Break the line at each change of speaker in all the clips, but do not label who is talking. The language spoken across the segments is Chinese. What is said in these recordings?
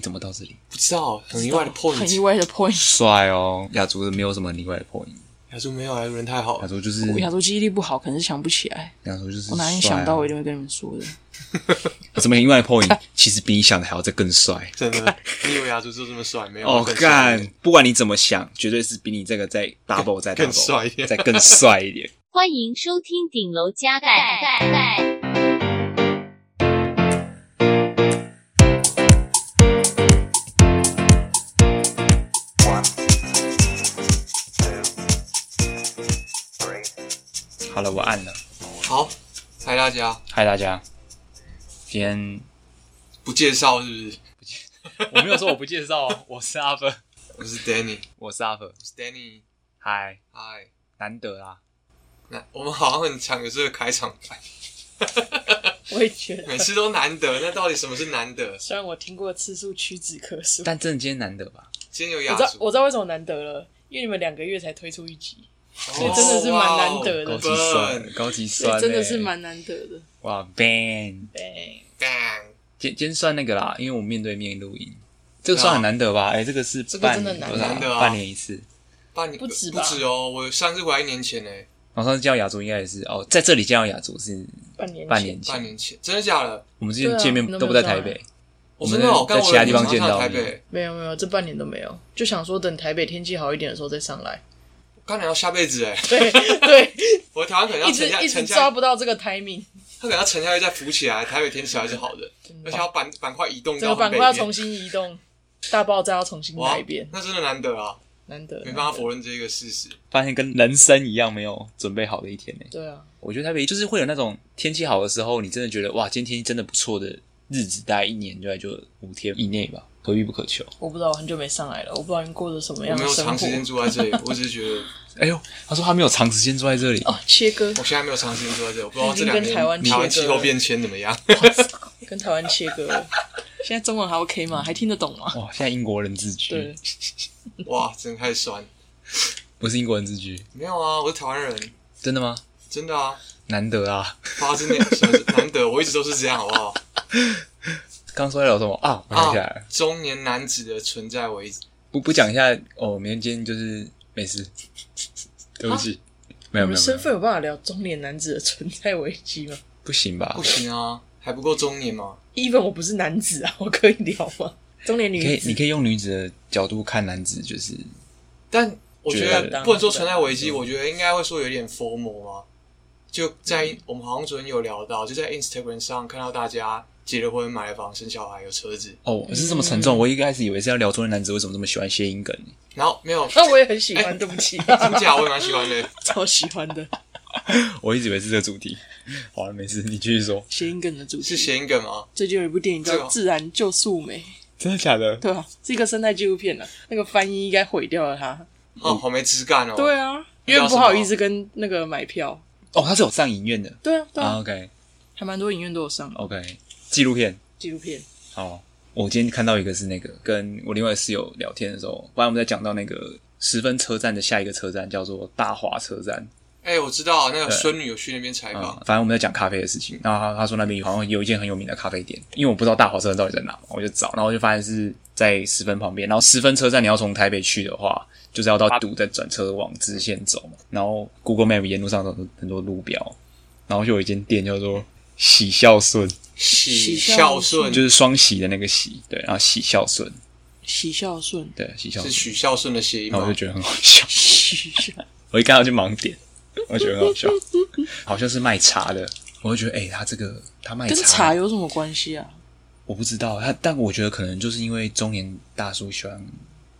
怎么到这里？
不知道，很意外的
很意
point。
外的 point。
帅哦，亚竹没有什么例外的破音，
亚洲没有，亚洲人太好
亚
了。
竹就是
我想说记忆力不好，可能是想不起来。
亚竹就是、帅啊
哦我哪天想到，我一定会跟你们说的。
怎么意外的破音？其实比你想的还要再更帅。
真的，你以为亚洲就这么帅？没有，啊
哦，
更帅
干！不管你怎么想，绝对是比你这个再 double 再 double
更帅一点
再更帅一点。
欢迎收听顶楼加盖。
好了，我按了。
好，猜大家
嗨，大家，今天
不介绍是不是？
我没有说我不介绍，啊 我是阿芬，
我是 Danny，
我是阿芬。
我是 Danny，
嗨，
嗨。
难得啊啦，
那我们好像很抢的这个开场白，
我也觉得，
每次都难得。那到底什么是难得？
虽然我听过的次数屈指可数，
但真的今天难得吧？
今天有
我
亚
知道
洲，
我知道为什么难得了，因为你们两个月才推出一集，所
所
以真的是蛮难得
高
的
级酸，高级
所
酸、
啊
以
欸，
真的是蛮难得的。
哇 ban。
对，
bang，
今今天算那个啦，因为我面对面录音，这个算很难得吧？哎、这个是
这个
半
真的难
多少
难得啊
半年一次。
半年
不止
不
吧
止哦，我上次回来一年前呢，
然后上次见到雅竹应该也是哦，在这里见到雅竹是
半年前
半年前，
半年前，真的假的？
我们之前
对啊
见面
你都
都不
没
在
有
台
见
北，我
我
们
真的哦，
在
干我
其他地方
常常
见到
台
你
北，
没有没有，这半年都没有，就想说等台北天气好一点的时候再上 来。
干你要下辈子哎，
对对，
我台湾可能要
一直
沉下
一直
沉
抓
下，
不到这个 timing，
他可能要沉下去再浮起来，台北天气还是好的，而且要板板块移动
整
到
个
很
板
北
块要
边
重新移动，大爆炸要重新
哇
来一遍，，
那真的难得啊，
难得
没办法
难得
否认这个事实。
发现跟人生一样没有准备好的一天呢、
对啊，
我觉得台北就是会有那种天气好的时候，你真的觉得哇，今天天气真的不错的日子，大概一年大概就五天以内吧，可遇不可求。
我不知道，我很久没上来了，我不知道你过着什么
我
样
没
的
有
生
长时间
活。
住在这 里，我只是觉得
哎呦，他说他没有长时间坐在这里，
哦，切割
我现在没有长时间住在这里，我不知道这
已经
两
跟
年
台湾切割
气候变迁怎么 样。
跟台湾切割了，现在中文还 OK 吗？还听得懂吗？
哇，现在英国人自居
对，，
哇，真太酸。
不是英国人自居，
没有啊，我是台湾人，
真的吗？
真的啊，
难得啊！
发自内什么是难得，我一直都是这样，好不好？
刚说到什么啊？我想起来了
啊，，中年男子的存在，我一直
不不讲一下哦，明天今天就是没 事，对不起，没有
我
没
们
有
身
没有，
份有办法聊中年男子的存在危机吗
不行吧
不？行啊，还不够中年吗？
？even 我不是男子啊，我可以聊吗？中年
你可
女
以你
子，
可以用女子的角度看男子，就是
但我觉
觉
得
得
不能说存在危机，我觉得应该会说有点 formal 啊。就在我们好像昨天有聊到，就在 Instagram 上看到大家结了婚、买了房、生小孩、有车子，
哦是这么沉重。我一开始以为是要聊中年男子为什么这么喜欢谐音梗，
然后没有
那我也很喜欢，对不起，
真假，我也蛮喜欢的。
超喜欢的
我一直以为是这个主题。好了，啊没事，你继续说。
谐音梗的主
是
题。
谐音梗吗？
最近有一部电影叫
这个
《自然救素梅》，
真的假的？
对啊，是一个生态纪录片啊，那个翻译应该毁掉了它。
嗯
哦，好没质感哦。
对啊，因为不好意思跟那个买票。
哦，他是有上影院的。
对啊，对
啊
啊，
，OK
还蛮多影院都有上哦
OK，纪录片。
纪录片。
好，我今天看到一个是那个跟我另外室友聊天的时候，不然我们在讲到那个十分车站的下一个车站叫做大华车站。
哎、我知道那个孙女有去那边采
啊、
访，
反正我们在讲咖啡的事情，然后他他说那边好像有一间很有名的咖啡店，因为我不知道大华车站到底在哪，我就找，然后就发现是在十分旁边，然后十分车站你要从台北去的话，就是要到八堵再转车往支线走嘛，然后 Google Map 沿路上都有很多路标，然后就有一间店叫做喜孝顺，
喜
喜
孝
孝
顺
顺
就是双喜的那个喜，对，然后喜孝顺，
喜孝 顺，
对，喜孝顺，
是许孝顺的谐音
然后
吗
我就？觉得很好笑，
喜孝
我一看到就盲点， 我觉得很好笑，好像是卖茶的，我就觉得哎、欸他这个他卖
跟
茶
茶有什么关系啊？
我不知道他，但我觉得可能就是因为中年大叔喜欢，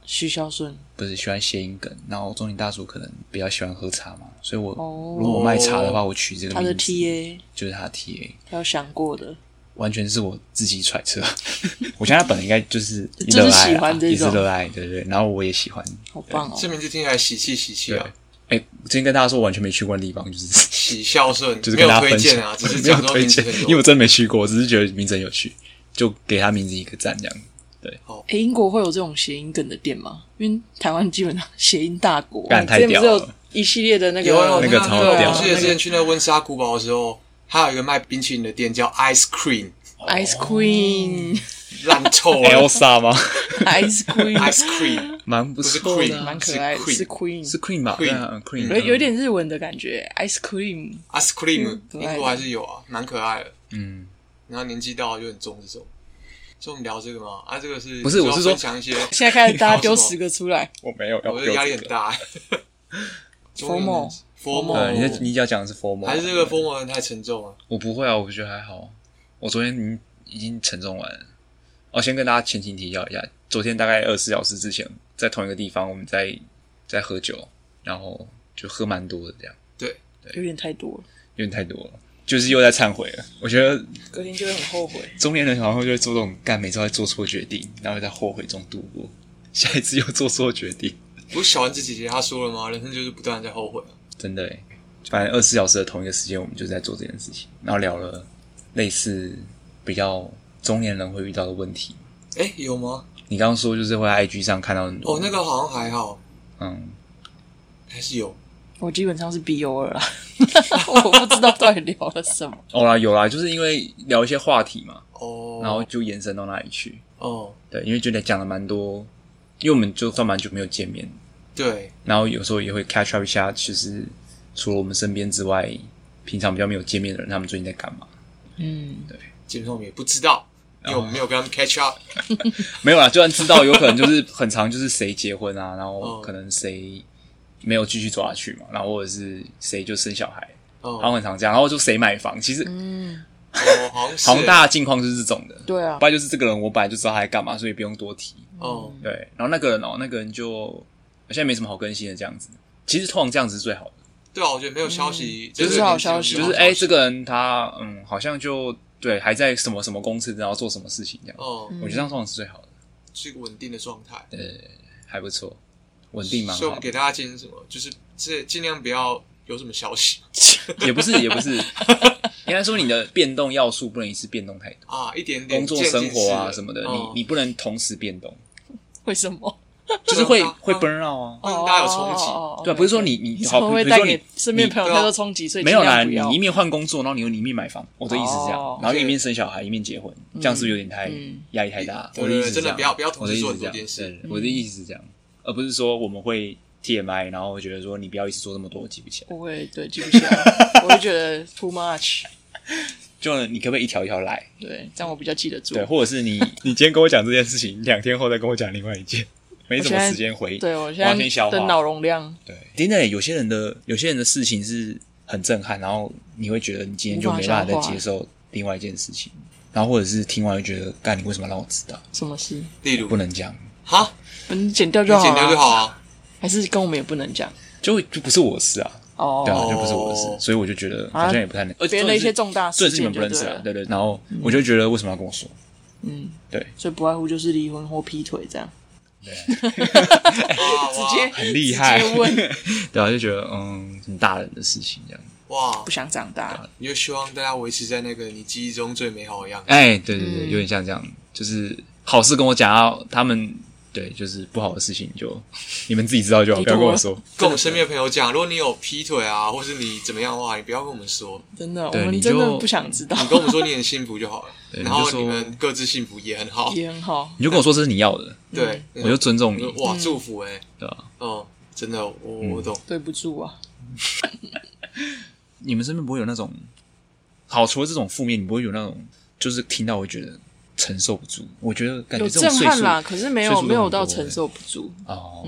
许孝顺
不是喜欢谐音梗，然后中年大叔可能比较喜欢喝茶嘛，所以我、
哦
如果我卖茶的话，我取这个
他
名字
的 TA，
就是他的 TA，
他有想过的，完
完全是我自己揣测。 我觉得他本来应该就是
就是
热爱
喜
啦
欢这
也是
种
热爱，对对对。然后我也喜欢，
好棒哦！
呃这名字听起来喜气喜气
对。
啊，
哎、我之前跟大家说我完全没去过的地方，就是
喜孝顺，
就是
没
跟
有
大家
推
分享
荐啊，只是
没有
讲说
推
名字
荐
很，
因为
有
我真的没去过，我只是觉得名字很有趣，就给他名字一个赞 这样。
诶，哎英国会有这种谐音梗的店吗？因为台湾基本上 谐音大国，
干太
之前不是
屌了
有一系列的那个啊
有啊有
啊那个超
我
屌
记得之前去那个温莎 古堡的时候，还有一个卖冰淇淋的店叫 Ice Cream，
Ice Queen，
烂透了。
Elsa 吗？
Ice Queen，
Ice cream
蛮不
是
错
Queen，
的啊，
蛮可爱的，
是
是 Queen，
是 Queen 吧
Queen
对啊，Queen
有有点日文的感觉，Ice Cream。
ice cream，
嗯
英国还是有啊，蛮可爱的。
嗯，
然后年纪到了就很重这种。所以我们聊这个吗？啊，这个是
不是我是
要
说
分享一些，
现在开始大家丢十个出来，
我没有，
我觉得压力很。大。
Formal
formal，
对，你在你要讲的是 formal，
还是这个 formal 人太沉重了。
我不会啊，我觉得还好。我昨天已经已经沉重完了。哦，先跟大家前情提要一下，昨天大概二十四小时之前，在同一个地方，我们在在喝酒，然后就喝蛮多的，这样
对，
有点太多了，
有点太多了，就是又在忏悔了。我觉得
隔天就会很后悔。
中年人好像就会做这种干，每次都在做错决定，然后在后悔中度过，下一次又做错决定，
不是小丸子姐姐她说了吗？人生就是不断地在后悔啊。
真的欸。反正二十四小时的同一个时间，我们就是在做这件事情，然后聊了类似比较中年人会遇到的问题，
哎，有吗？
你刚刚说就是会在 IG 上看到很多
哦，那个好像还好，
嗯，
还是有。
我基本上是 B O 二啦， 我不知道到底聊了什么。
哦啦有啦，就是因为聊一些话题嘛，
哦，
然后就延伸到那里去。
哦，
对，因为觉得讲了蛮多，因为我们就算蛮久没有见面，
对，
然后有时候也会 catch up 一下，其实除了我们身边之外，平常比较没有见面的人，他们最近在干嘛？
嗯，
基本上我们也不知道，因为我们没有跟他们 catch up。
没有啦，就算知道，有可能就是很长，就是谁结婚啊，然后
嗯
可能谁没有继续走下去嘛，然后或者是谁就生小孩，
哦，
然后很常这样，然后就谁买房，其
嗯
实
哦好像是
好像大家近况是这种的。
对啊
不，然就是这个人我本来就知道他在干嘛，所以不用多提。
哦，
对，然后那个人哦，那个人就我现在没什么好更新的这样子。其实通常这样子是最好的，
对啊，我觉得没有消息，
就是
这个
好消息
就是哎、这个人他嗯，好像就对还在什么什么公司，然后做什么事情这样。
哦，
我觉得这样通常是最好的，
是一个稳定的状态，
还不错，稳定蛮
所以我
好
们。给大家建议是什么？就是这尽量不要有什么消息
也不是也不是，应该说你的变动要素不能一次变动太多，
啊，一点点
工作生活啊什么的，
哦
你你不能同时变动，
为什么？
就是会
让
会
让
burn out 啊。
让大家有冲击。
哦
对啊，不是说你你好，
会不
比
会
如
带
说你
给身边
你
朋友
对啊
太多冲击，所以
没有
尽
啦，
量不
你
要
一面换工作，然后你又一面买房，我的意思是这样，
哦
然后又一面生小孩，一面结婚，这样是不是有点太
嗯
压力太大？
对
我的意思是
真
这
的
样，
不要不要同
我的
时
意
做
思
很
是这
多
样，
件事
对我的意思是这样，而不是说我们会 TMI，然后觉得说你不要一直做这么多，我记不起来。
不会对记不起 来，我会觉得 too much。
就你可不可以一条一条来？
对，这样我比较记得住
对，。或者是 你你今天跟我讲这件事情，两天后再跟我讲另外一件，没什
我现
么
在
时间回。
对我现
完全消
在
化
的脑容量
对，真的耶，有些人的有些人的事情是很震撼，然后你会觉得你今天就没办法再接受另外一件事情，然后或者是听完就觉得，干你为什么让我知道？
什么事，
例如
不，能讲，
哈，
嗯，剪掉
你
就好，
剪掉就好，啊。
还是跟我们也不能讲
就就不是我的事啊，对啊，
哦。啊
就不是我的事，所以我就觉得好像也不太能。而且
别人的一些重大
这
事
是你
件
们不
就对
认识啊
了，，
对对。然后我就觉得为什么要跟我说？
嗯，
对，
所以不外乎就是离婚或劈腿这样，
哇
直接
很厉害
直接问，
对啊，就觉得嗯，很大人的事情这样。
哇
不，想长大，
你就希望大家维持在那个你记忆中最美好的样子。
哎，对对对，
嗯
有点像这样，就是好事跟我讲啊，他们对，就是不好的事情就你们自己知道就好，
你
不要
懂
跟我
了
说。
跟我们身边的朋友讲，如果你有劈腿啊，或是你怎么样的话，你不要跟我们说，
真的，我
对
们
你就
真的不想知道，
你跟我们说你很幸福就好了。
对
然后
你就说
你们各自幸福也很好，
也很好，
你就跟我说这是你要的，
对，嗯
我就尊重你，
嗯
哇，祝福哎，
对啊吧？
嗯，真的，我我懂。
对不住啊，
你们身边不会有那种好，除了这种负面，你不会有那种就是听到会觉得承受不住。我觉得感觉
有
哎这
震
种岁
撼
数
啦，嗯可是没
岁
有
数都
没有
很多
到
欸
承受不住，
哦，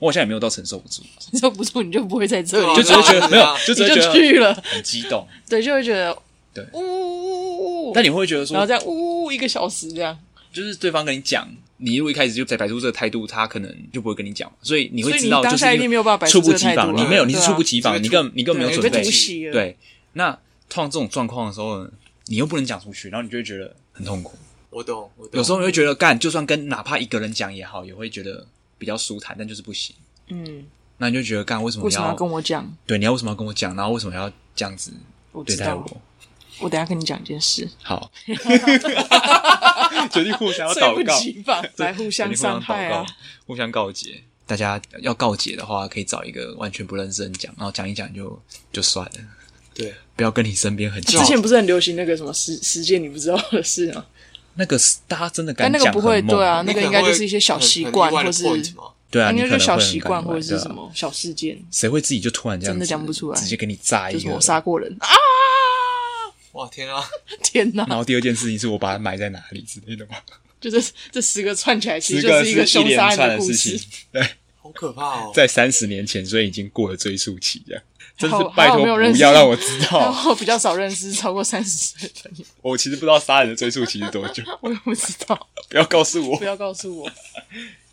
我好像也没有到承受不住，
承受不住你就不会在这里，
就
对啊
只是觉
对啊
得没有， 就只
你
是觉
就
得
去了，
很激动。
对，就会觉得
对
呜呜呜呜，
但你会觉得
然
说
后这，样呜呜一个小时这样，
就是对方跟你讲。你如果一开始就在摆出这个态度，他可能就不会跟你讲，所以你会
所以
知
你
道，就
当
是
下一定没有办法摆出
猝
这
不
个
及
态
防，
度
你
啊，
没有，你是
对啊
猝不及
这
防，
个
你
突
根本你根本没
对啊
有
你
准
被
备
突。袭了，
对，那通常这种状况的时候呢，你又不能讲出去，然后你就会觉得很痛苦。
我懂，我
啊
懂。
有时候你会觉得干，就算跟哪怕一个人讲也好，也会觉得比较舒坦，但就是不行。
嗯，
那你就觉得干，为什么
为
你
什
要
么要跟我讲？
对你要为什么要跟我讲，然后为什么要这样子
我
对
知
待
道，
我？
我等一下跟你讲一件事，
好， 决定互相要
猝不
祷告，
及防，来互相
决定
伤害啊
互相祷告，，互相告解。大家要告解的话，可以找一个完全不认识的人讲，然后讲一讲就就算了，
对，
不要跟你身边很哦
之
近
之前不是很流行那个什么十十件你不知道的事吗？
那个是大家真的
但
敢
那
讲
个不会，
很猛
对啊，
你
那
可
个应
能
该就
会
是一些小
很
习
很意
惯，
外
或
的
是
point 嘛
对啊，
应
你
该
可能
就
会
小
很
习惯
感
或者是
对啊
什么小事件，
谁会自己就突然这样
真的
子
讲不出来
直接给你炸
就
一
是
个？
我杀过人 啊！
哇天啊，
天
然
哪，
后第二件事情是我把它埋在哪里之类的嘛，
就这这十个串起来， 其
十
实就
个
是一个
是一
凶
连
杀案
串
的
的
故
事
事
情。，对，
好可怕哦！
在三十年前，所以已经过了追溯期，这样真是
还好
拜
还好
托
没有认
不
识
要让我知
然
道。
后比较少认识超过三十岁的朋友，
我其实不知道杀人的追溯期是多久，
我也不知道，
不要告诉
不
我。
要告 诉我，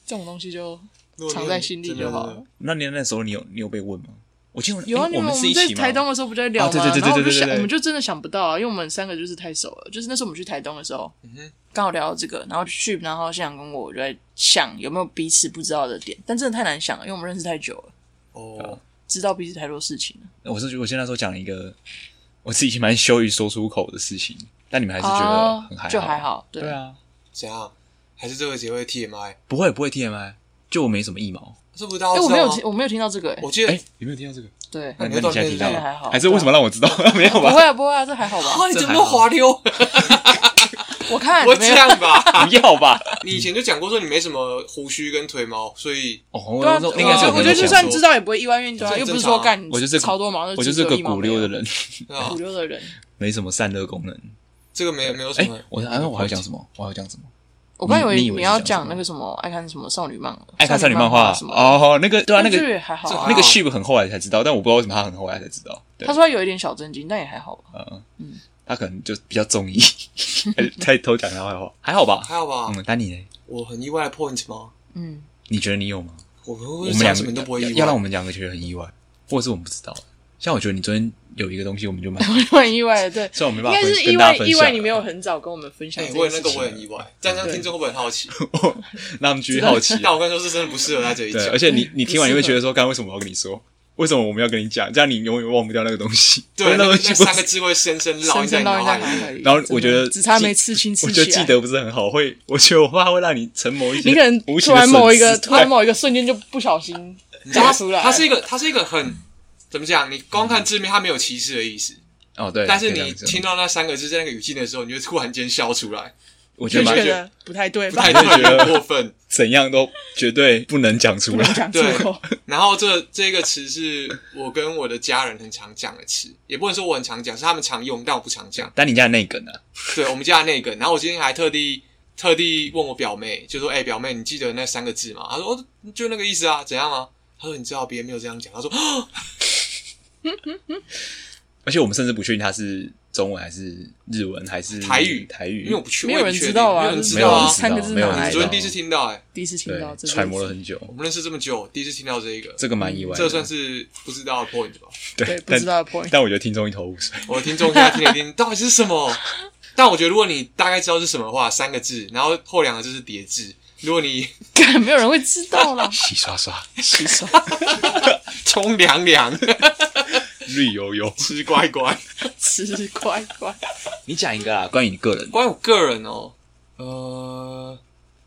这种东西就
如果你
藏
有
在心里就好了。。
那你那时候你有你有被问吗？我记得
有啊，
诶
你
我
们
们
我
是一
们在
起吗
台东的时候不就在聊
啊
吗？
对对对
然后我们就
对对
想，
对对
我们就真的想不到啊，因为我们三个就是太熟了。就是那时候我们去台东的时候，
嗯
哼
刚好聊到这个，然后去，然后现场跟我就在想有没有彼此不知道的点，但真的太难想了，因为我们认识太久了，
啊
哦，
知道彼此太多事情了。
我是觉得我现在那时候讲了一个我自己蛮羞于说出口的事情，但你们还是觉得
哦
很还好，
就还。好，对
对啊，
怎样？还是这个结会 TMI？
不会不会 TMI，就我没什么一毛。
这不是大家
哎，
都
我
知
没
道
有
吗
哦
听，我没有听到这个，哎，
我记
哎
得，
有没有听到这个？
对，
那那哎
你会
你
断
现在听到
片是不是还
了
好
还是为什么让我知道？没有
不
吧？
会啊，不会啊，这还好吧？
哇，你怎么滑溜？
我看
不会
没
这
有，
样吧？
啊
不要吧？
你以前就讲过说你没什么胡须跟腿毛，所以
哦，我
对
那
啊，
时候应该是有
我
跟
觉得
你
就
讲
算
说
知道也不会意外运动啊，
这
又不是
正常
说
啊
干，
我就是个
超多毛的，
我就是个
骨
骨溜的，人，
对啊
嗯
骨溜的人，
没什么散热功能。
这个没有没有什
哎
么，。
我啊，我还要讲什么？我还要讲什么？
我刚以
你你
为
以为是讲
要
什
讲
么
那个什么爱看什么少女漫画，
爱看少女漫
画
画
什么的，
哦，那个对啊，那
但是
个
也还好啊。
那个
啊
Sheep 很后来才知道，但我不知道为什么他很后来才知道。对
他，说他有一点小震惊，但也还好吧。
啊 他可能就比较中意，太偷讲他坏话，还好吧？
还好吧？
嗯，丹尼呢？
我很意外的 point 吗？
嗯，
你觉得你有吗？
我们会
我
不会
们
讲
两
什
个
么你都不会
要
意外？
要让我们两个觉得很意外，或者是我们不知道。像我觉得你昨天有一个东西，我们就蛮，
我很意外的，对，
虽然我没
应
办法
该
分
是意
跟大
外
家分享啊
意外，你没有很早跟我们分享
哎
这，
我
件
也那
事
个
情。
我也很意外，但这样听众会不会很好奇？
让他们继续好奇。啊
但我跟你说，这真的不适合在这里
对，
讲
而。且你你
不
听完
适
你会
合
觉得说，刚刚为什么我要跟你说？为什么我们要跟你讲？这样你永远忘不掉那个东西。
对，
那
那
个
那
东西不
三个
是，
字会深深烙
深
印在
深
你
烙
脑
印在
海
脑海
里。
里。
然后
真的
我觉得
只差没
记
刺青刺
我
起
觉
来。
得记得不是很好，会我觉得我怕会让你沉默一些。
你可能
无
突
形的
然某一个
损失
突然某一个瞬间就不小心加出来，
它是一个，它是一个很怎么讲？你光看字面，它没有歧视的意思，
哦对，
但是
可以这
你
样讲
听到那三个字在那个语境的时候，你就突然间笑出来，
我觉
就
得蛮
觉
确
得不太对
不
吧
太？
我也觉得
对，过分。
怎样都绝对不能讲出
不能
来。
讲出口，
然后这这个词是我跟我的家人很常讲的词，也不能说我很常讲，是他们常用，但我不常讲。
但你家的内梗啊呢？
对我们家的那个，然后我今天还特地特地问我表妹，就说：“哎、表妹，你记得那三个字吗？”她说：“哦，就那个意思啊，怎样吗？”她说：“你知道别人没有这样讲。”她说 哦
而且我们甚至不确定它是中文还是日文还是
台语
台：“语，
因为我不去，
没
我
有
也不
人
确
知
定
道
没
啊，
有人
这
知
没有
道
人知
啊。
道
三个字
没有
哪
人
来
我
知道
昨
的
天？第一次听到、哎，
第一次听
对
到这个
揣摩了很久
我，们认识这么久，第一次听到这个，
这个蛮意
嗯
外的。
这算是不知道的 point 吧？
对
对，
不
但
知道的 point。
但我觉得听众一头雾水。。
我的听众现在听了听，到底是什么？但我觉得，如果你大概知道是什么的话，三个字，然后后两个字是叠字。如果你
干， 没有人会知道 啦
洗刷刷，
洗手，
冲凉凉，
绿油油。
吃乖乖。
吃乖乖。
你讲一个啊，关于你个人，
关于我个人哦，呃，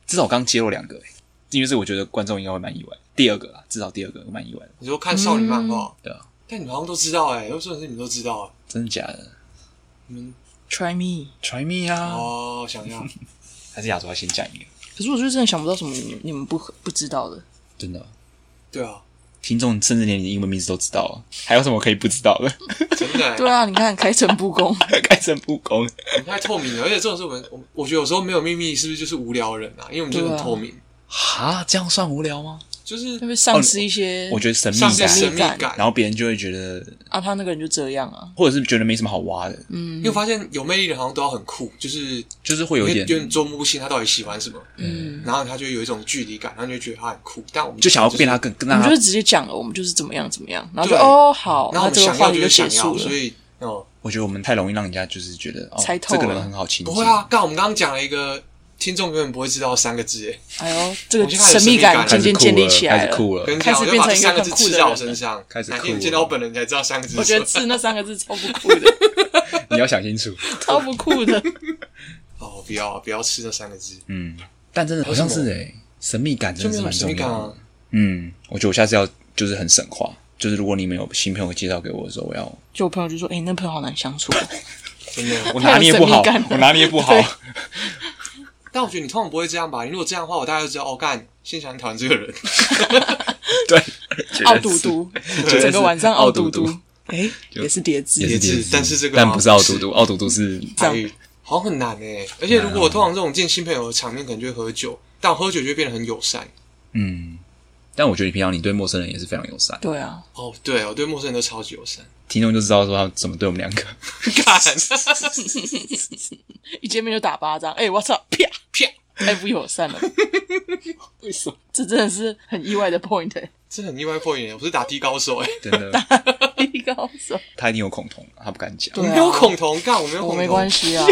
至少我刚揭露两个、欸，因为这我觉得观众应该会蛮意外。第二个啊，至少第二个蛮意外的，
你说看少女漫
嗯
画，
对啊，
但你们好像都知道哎、欸，有这种事你们都知道、欸。
真的假的
Try me。
？Try me
嗯
啊，
哦，想 一下，
还是亚洲要先讲一个？
可是我就真的想不到什么你们你们不不知道的。
真的，
对啊，
听众甚至连你的英文名字都知道啊，还有什么可以不知道的？
真的、欸，
对啊，你看开诚布公，
开诚布公，
我们太透明了，而且这种事我们，我我觉得有时候没有秘密，是不是就是无聊人啊？因为我们就是很透明，
啊
哈，这样算无聊吗？
就是
会不会丧失一些？
哦我觉得神秘
像是神
感，
秘
感
然后别人就会觉得，
啊，他那个人就这样啊。
或者是觉得没什么好挖的，
因为我发现有魅力的人好像都要很酷，就是
就是会
有
有一
点有
点
点捉摸不清他到底喜欢什么，
嗯，
然后他就有一种距离感，然后你就觉得他很酷，但我们
就想要变他
是，
更更
我
让他
们就是直接讲了，我们就是怎么样怎么样，然后就
对
哦好，
然后
那
我们
这个
想
话
要
题
就是
结
想
束
要，
了
所。以哦，
我觉得我们太容易让人家就是觉得哦，
猜透
这
了
个人很好亲近。
不会啊，刚我们刚刚讲了一个听众永远不会知道的三个字，哎，
哎呦，这个
我觉得他有
神秘感
开
渐
始
渐
酷
建立
了
起
开
来
始酷了
跟。你讲，
开
我
始
就
变
把这
成一个
三个字
很酷的
刺在我
人
身
了
上，
呃开始
哪
酷
天
了
你见到我本人你才知道三个字是什么。
我 觉得刺那三个字超不酷的，
你要想清楚，
超不酷的。
哦，不要不要吃那三个字，
嗯，但真的好像是哎、神秘感
就
真
没
的
有
是
什
蛮重
么神秘感
要的。
啊。
嗯，我觉得我下次要就是很神话，就是如果你们有新朋友介绍给我的时候，我要
就我朋友就说：“哎、那朋友好难相处哦。
真的，
我拿捏不好
太有神秘感，了
我拿捏不好
对，
但我觉得你通常不会这样吧？你如果这样的话，我大概就知道哦，干，先想讨厌这个人。
对，
傲嘟嘟，
是
整个晚上傲嘟
傲
嘟
嘟嘟，
哎，也是叠字
也，是
也是
叠字
但是这个
但
好
不
像
是傲
不是
嘟嘟，傲嘟嘟是
这样
哎好像很难诶、而且如果
啊
我通常这种见新朋友的场面，可能就会喝酒，但我喝酒就会变得很友善。
嗯，但我觉得平常你对陌生人也是非常友善，
对啊，
哦，对，我对陌生人都超级友善。
听众就知道说他怎么对我们两个。
干，
一见面就打巴掌，哎，我操，啪
啪，
太不友善 了，
为什么？
这真的是很意外的 point，哎
这很意外破音，我是打的高手欸诶、
真的，
一高 手，
他一定有恐同，他不敢讲。
对啊
没有恐同，干，我没有恐
我
同，
没关。系啊，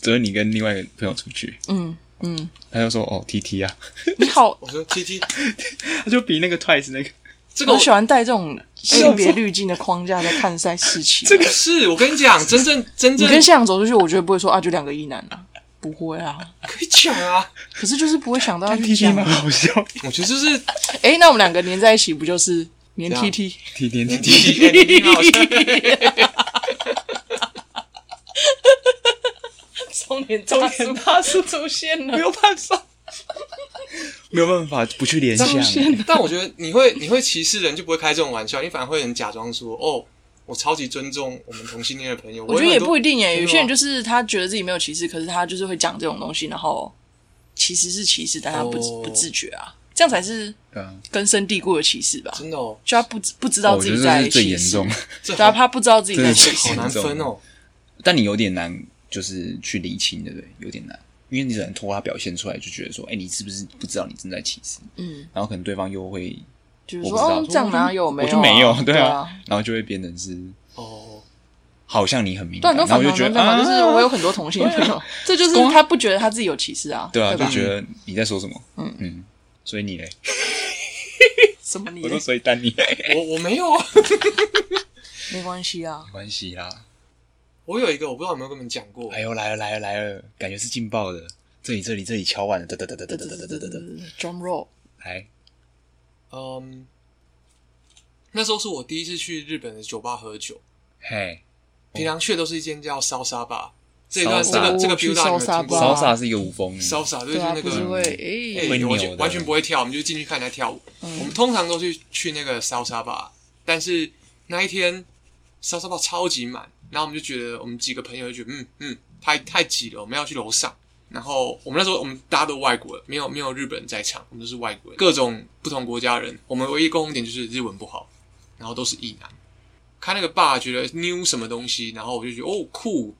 只是你跟另外一个朋友出去，
嗯嗯，
他就说哦 T T 啊，
你好，
我说 T T，
他就比那个 Twice 那个
这个
我
我
喜欢带这种性别滤镜的框架在看待事情。啊这个
是我跟你讲，真正真
你
正
跟向阳走出去，我绝对不会说啊，就两个异男啊，不会啊。
可以讲啊。
可是就是不会想到要
T
去
T
讲
蛮好笑
我觉得就是
哎、那我们两个粘在一起，不就是
这
粘
样
T T？
，T T T
T
T，
T，你蛮好笑。
中年中年大叔出现 了，
有办法，没有办法不去联想
出，现了，
但我觉得你会你会歧视人，就不会开这种玩笑，你反而会很假装说哦，我超级尊重我们同性恋的朋友。
我觉得
有
也
很多
不一定耶。
对啊
有些人就是他觉得自己没有歧视，可是他就是会讲这种东西，然后其实是歧视，但他不、
哦
不自觉啊，这样才是
对啊，
根深蒂固的歧视吧？
真的哦，
就他不知不知道
我
自
觉得
己
这
在
是最
歧
严
视
重，，
这
对啊，
好
他不知道自己在
这
歧
是
视
好。难分哦。
但你有点难，就是去理清，对不对？有点难，因为你只能通过他表现出来，就觉得说，哎，你是不是不知道你正在歧视？
嗯，
然后可能对方又会，
就是
我
说，
不知道
哦，这样哪有没
我
有、啊？
就没有，对
对
啊
啊，，
然后就会变成是
哦，
好像你很敏
对，
感，
很多
然
反
后
常
就
都
觉
在
得
嘛，
啊，
就是我有很多同性朋友，这就是他不觉得他自己有歧视啊，
对啊，
吧
就觉得你在说什么，嗯嗯，所以你嘞，
什么你
我说所以但你嘞，
我我没有，啊，
没关系啊
没，关系啦。
我有一个我不知道有没有跟你们讲过
哎，呦，来了来了来了，感觉是劲爆的。这里这里这里敲完了，得得得得得
对
得
对
得得
对对
得
对
得，
drum roll，
来，
嗯，那时候是我第一次去日本的酒吧喝酒，
嘿，
平常去的都是一间叫烧沙吧，这一段这
嗯烧
个
沙
这个
哦去
build 大家有没
烧沙
有听
吧
过？
骚傻是一个无风，
烧沙就是
对啊，
那
不
个
是会
哎
诶，
会
完
扭
全
的嗯
完全不会跳，我们就进去看人家跳舞。我们通常都去去那个烧沙吧，但是那一天烧沙吧超级满，然后我们就觉得我们几个朋友就觉得嗯嗯太太挤了，我们要去楼上。然后我们那时候我们大家都外国人，没有没有日本人在场，我们都是外国人，各种不同国家人。我们唯一共同点就是日文不好，然后都是异男。看那个爸觉得 new 什么东西，然后我就觉得哦酷，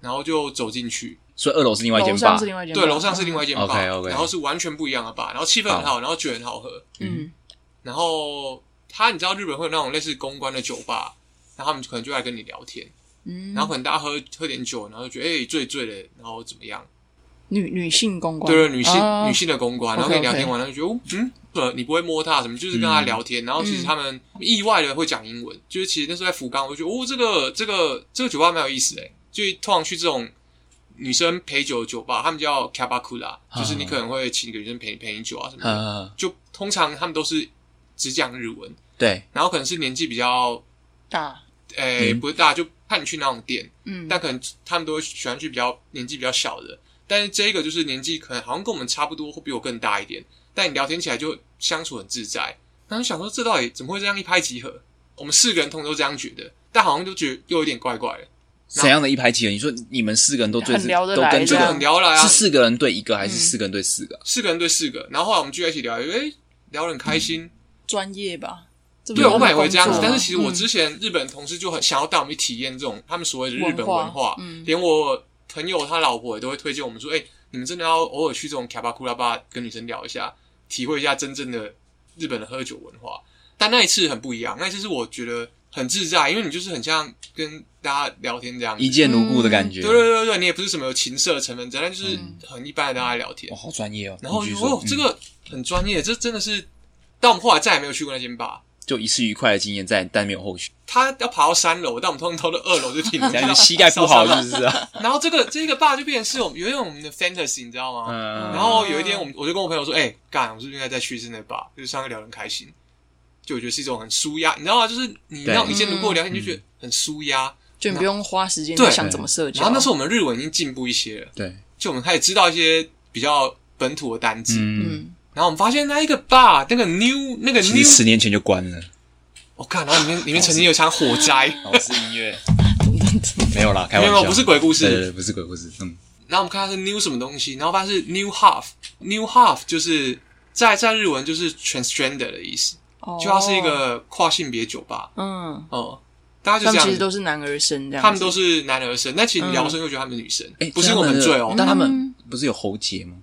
然后就走进去，
所以二楼是另外一间
楼
吧
上是，另外一间吧，
对，楼上是另外一间吧
OK，OK
然后是完全不一样的吧，然后气氛很好，然后酒很好喝，
嗯，
然后他你知道日本会有那种类似公关的酒吧，然后他们可能就来跟你聊天，
嗯
然后可能大家喝喝点酒，然后就觉得哎、醉醉的，然后怎么样？
女女性公关，
对对，女性、
啊
女性的公关，然后
OK，
跟你聊天完了就觉得哦嗯。呃，你不会摸他什么，就是跟他聊
嗯
天，然后其实他们意外的会讲英文，就是其实那时候在福冈，我就觉得哦，这个这个这个酒吧蛮有意思诶，欸就通常去这种女生陪酒的酒吧，他们叫
啊
kabakura，就是你可能会请一个女生陪你陪你酒啊什么的，
嗯，
就通常他们都是只讲日文，
对，
然后可能是年纪比较，
大，
诶、
嗯
不是大，就看你去哪种店，
嗯，
但可能他们都会喜欢去比较年纪比较小的。但是这个就是年纪可能好像跟我们差不多，或比我更大一点，但你聊天起来就相处很自在。然后想说，这到底怎么会这样一拍即合？我们四个人同时都这样觉得，但好像就觉得又有点怪怪的，
怎样的一排棋？你说你们四个人都最
很聊得
都
来
跟这
这样
很
个
聊得来啊
是，四个人对一个，还是
嗯
四个人对四个？
四个人对四个。然后后来我们聚在一起聊，诶、聊得很开心。
专业吧，这不
对，啊
是
我本来也会这样子
工，作
但
吗
是其实我
嗯
之前日本同事就很想要带我们去体验这种他们所谓的日本
文化
文化，
嗯
连我朋友他老婆也都会推荐我们说，哎、你们真的要偶尔去这种卡巴库拉吧跟女生聊一下，体会一下真正的日本的喝酒文化。但那一次很不一样，那一次是我觉得很自在，因为你就是很像跟大家聊天这
嗯
样子
一见如故的感觉，
对对对对，你也不是什么有情色的成分在，但就是
嗯
很一般的大家聊天
哇，。好专业哦。
然后我
你
就
继续
说，
说
哦，这个很专业，这真的是。但我们后来再也没有去过那间吧，
嗯就一次愉快的经验在，但没有 后续。
他要爬到三楼，但我们通通都二楼就停 了
等。下你膝盖不好是不是啊？
然后这个这个爸就变成是我们有一种我们的 fantasy，你知道吗？
嗯
然后有一天我们我就跟我朋友说，哎、干，我们是不是应该再去一次那爸？就是上个聊得很开心，就我觉得是一种很舒压，你知道吗？就是你
对
让一见如故的聊天，你就觉得很舒压。
嗯
就你不用花时间
对
想怎么社交。
然后那时候我们日文已经进步一些了，
对，
就我们开始知道一些比较本土的单字，
嗯，
嗯，
然后我们发现那一个 bar 那个 new 那个
其实
new，
十年前就关了。
我看、然后里面里面曾经有一场火灾，
老师哦音乐
等等等，
没有啦，开玩
没有
笑，
没有不是鬼故事
哎对对对，不是鬼故事，嗯，
然后我们看它是 new 什么东西，然后发现是 new half，new half 就是在在日文就是 transgender 的意思，
哦
就它是一，个跨性别酒吧，
嗯，
哦、大家
他
就这
们
样
其实
子。
都是男儿身这样子，
他们都是男儿身，但其实
嗯
聊生会觉得他们是女生，
哎，
不是我们醉哦。
但他们
嗯
不是有喉结吗？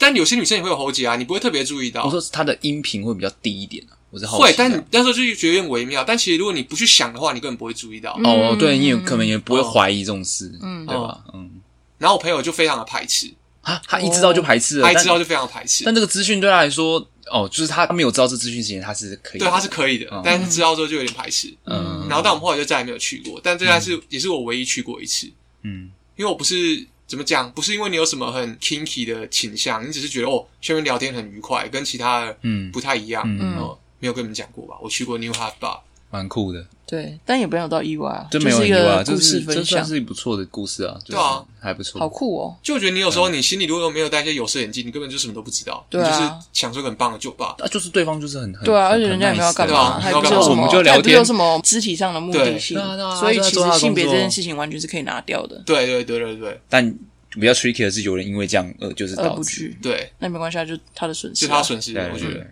但有些女生也会有喉结啊，你不会特别注意到。
我说他的音频会比较低一点啊，我是好
会
奇，的
但你那时候就觉得有点微妙。但其实如果你不去想的话，你根本不会注意到。
嗯
哦，对
嗯
你也可能也不会
哦
怀疑这种事，
嗯
对吧？嗯，
然后我朋友就非常的排斥，
啊，他一知道就排斥了，
他一
但
知道就非常地排斥。
但这个资讯对他来说，哦，就是他没有知道这资讯之前，他是可以的，
对，他是可以的，
嗯
但是知道之后就有点排斥。
嗯，
然后，但我们后来就再也没有去过。但这家是、也是我唯一去过一次，
嗯，
因为我不是怎么讲，不是因为你有什么很 kinky 的倾向，你只是觉得哦，下面聊天很愉快，跟其他的
嗯
不太一样。
嗯
哦，没有跟你们讲过吧？我去过 New Half Bar，
蛮酷的，
对，但也没有到意外啊，
这
就
没有
是一
意外，
个
这
故事
是这
分
算
享，
是不错的故事啊，就是
对啊，
还不错，
好酷哦，
就我觉得你有时
嗯
候你心里如果没有戴一些有色眼镜，你根本就什么都不知道，
对啊
你就是享受一个很棒的酒吧。
啊，就是对方就是很很
对啊，
很
而且人家也没有要
nice
干
的
对
嘛，
啊
还不
没有
是有
干
什
嘛
么，
我们就
他也
聊
不是有
天，
什么肢体上的目的性
对对啊对啊，
所以其
就在做他的
实性别
工
这
作
件事情完全是可以拿掉的，
对对对对对
但比较 tricky 的是有人因为这样呃，就是
而
导
不
致
去，
对，
那没关系，啊，就他的损失
是
啊，
他损失
对，
我觉
对
得。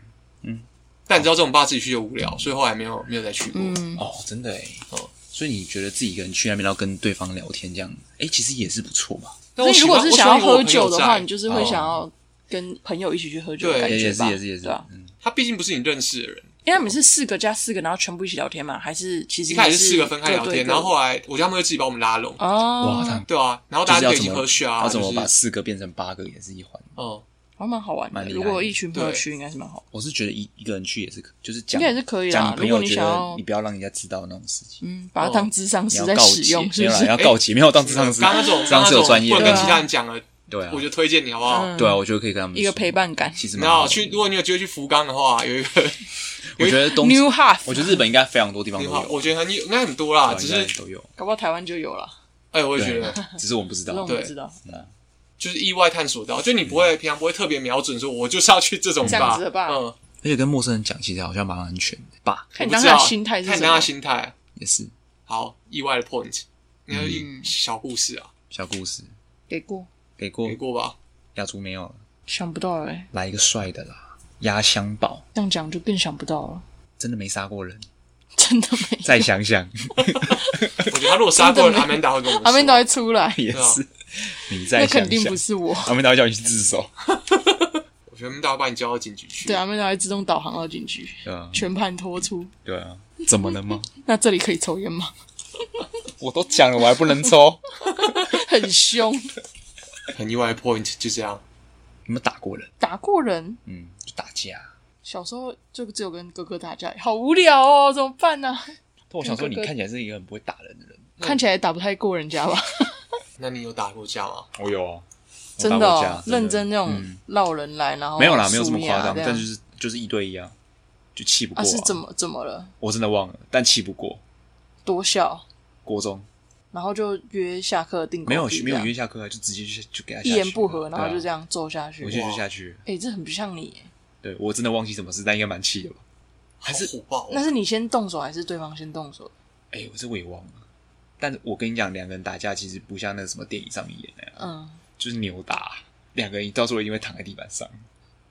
但你知道这种吧自己去就无聊，所以后来没有没有再去过。
嗯，
哦，真的哎
哦。
所以你觉得自己一个人去那边，然后跟对方聊天这样，哎，其实也是不错吧？
但
所
我
以
喜
如
欢
果是想要喝酒的话，你
就
就是会想要跟朋友一起去喝酒，
哦对
感
也
觉
也是
吧
也是也是
对啊，，
嗯
他毕竟不是你认识的人，
因为他们是四个加四个，然后全部一起聊天嘛，还是其实
一开始
也
是四个分开聊
对对
天，
对
然后后来我觉得他们会自己把我们拉拢，
哇，
哦，
他
对啊，然后
就
大
是
家
要
就一
怎
起
么
喝血啊，
要怎么
就
把
是
四个变成八个也是一环。
哦，
还蛮好玩的。
蛮厉害的
如果一群朋友
对
去，应该是蛮好。
我是觉得一一个人去也是可，就是讲
应该也是可以啦
讲你朋友
如果你
觉
想
得
要
你不要让人家知道那种事情，
嗯，把它当智商
你
是
要
哦
在
告
使
诫，
用，是
没
不
有啦
是？
要告诫，没有当智商师，
哎刚刚那种
智商
刚刚
是
那
有
种
专业
不能
的
跟，其他人讲了，
对啊，
我就推荐你好不好？
嗯
对啊，我觉得可以跟他们
一个
说
陪，伴感。
其实蛮
然后
好
去，如
的。
果你有机会去福冈的话，有一个
我觉得东，
New Half，
我觉得日本应该非常多地方都
很
有
好，，我觉得很有应该很多啦，
对应
只
该
是
都有，
搞不好台湾就有了，
哎，我也觉
对
得，
只是我们不知
只是我
道。
们
对
不知道。
就是意外探索到，就你不会平常不会特别瞄准说，我就是要去这种
这样子的吧哎
嗯，
而且跟陌生人讲，其实好像蛮安全的吧？
看你
我
当
不知
时
道
的心态是
看
什
你当
么
下？心态。
也是
好，意外的 point，那就一小故事啊，
小故事，
给过，
给过
给过吧。
雅竹没有了，
想不到哎，
来一个帅的啦，压箱宝，
这样讲就更想不到了，
真的没杀过 人，
真的没。
再想想
我觉得他如果杀过人，
真
阿
的没
曼达会跟我们说
阿明导会 出来，
也
对啊
是，你再
那
想想，
肯定不是我。
他们打叫你去自首，
我觉得阿曼达会把你叫到警局去。
对，阿啊明导会自动导航到警局，
对啊，
全盘托出。
对啊，怎么了吗？
那这里可以抽烟吗？
我都讲了，我还不能 抽？
很凶，
很意外的 point 就这样。
你们打过人？
打过人。
嗯，就打架。
小时候就只有跟哥哥打架，好无聊哦，怎么办呢、
但我想说，你
跟哥哥
看起来是一个很不会打人的人。
看起来也打不太过人 家吧？
那你有打过架吗？
我有啊，
真
我
的、
打过架
哦，认真那种绕人来，然后
嗯
啊
没有啦，没有这
这
么夸张，但就是是就是一对一啊，就气不过、
啊是怎？么怎么了？
我真的忘了，但气不过。
多小，
国中
然后就约下课定
没有没有约
约，
下课啊，就直接就就给他下去
一言不合，然后就这
样，
样揍下去
我。就
哇
就下去了。
哎、这很不像你耶，
对我真的忘记什么事，但应该蛮气的吧？还是
好火爆哦？
那是你先动手还是对方先动手？
哎、我这我也忘了。但是我跟你讲，两个人打架其实不像那个什么电影上面演那样，
嗯，
就是扭打，两个人到时候一定会躺在地板上。